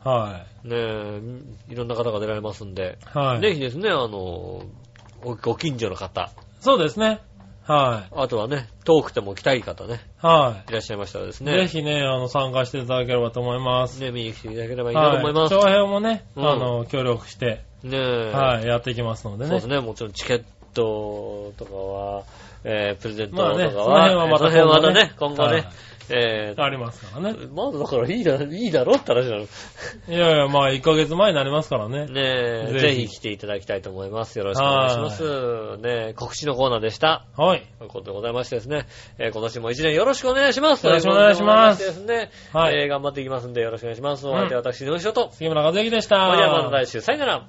は
ねえ、いろんな方が出られますんで、
い。はい。
ぜひですね、あの、ごご近所の方、
そうですね。は
あとはね、遠くても来たい方ね
い。、はい
らっしゃいましたらです
い。
ね、
ぜひね、あの、参加していただければと思います。
ね、見に来ていただければいいなと思います。
は長編もね、
うん
あの、協力して、
ねえ、
はい、やっていきますので
そう
ね
です。ね、もちろんチケットとかは、えー、プレゼントと
ま
かは、
あね、その辺はまた
その辺はまたね、今
今
後
後ね
ね、えー
ありますからね。
まずだからいいだ、いいだろって話なの。ね
いやいや、まあ、1ヶ月前になりますからね。
え、ぜ
ぜ
ひ
ひ
来ていただきたいと思います。よろしくお願いします。ねえ、告知のコーナーでした。
はい。
ということでございましてですね、えー今年も一年よろしくお願いします。
よろしくお願いします
ということでございましてですね、
はい
えー頑張っていきますんでよろしくお願いします。お相手は私、井上翔と。
杉村和之でした。
それではまた来週、さよなら。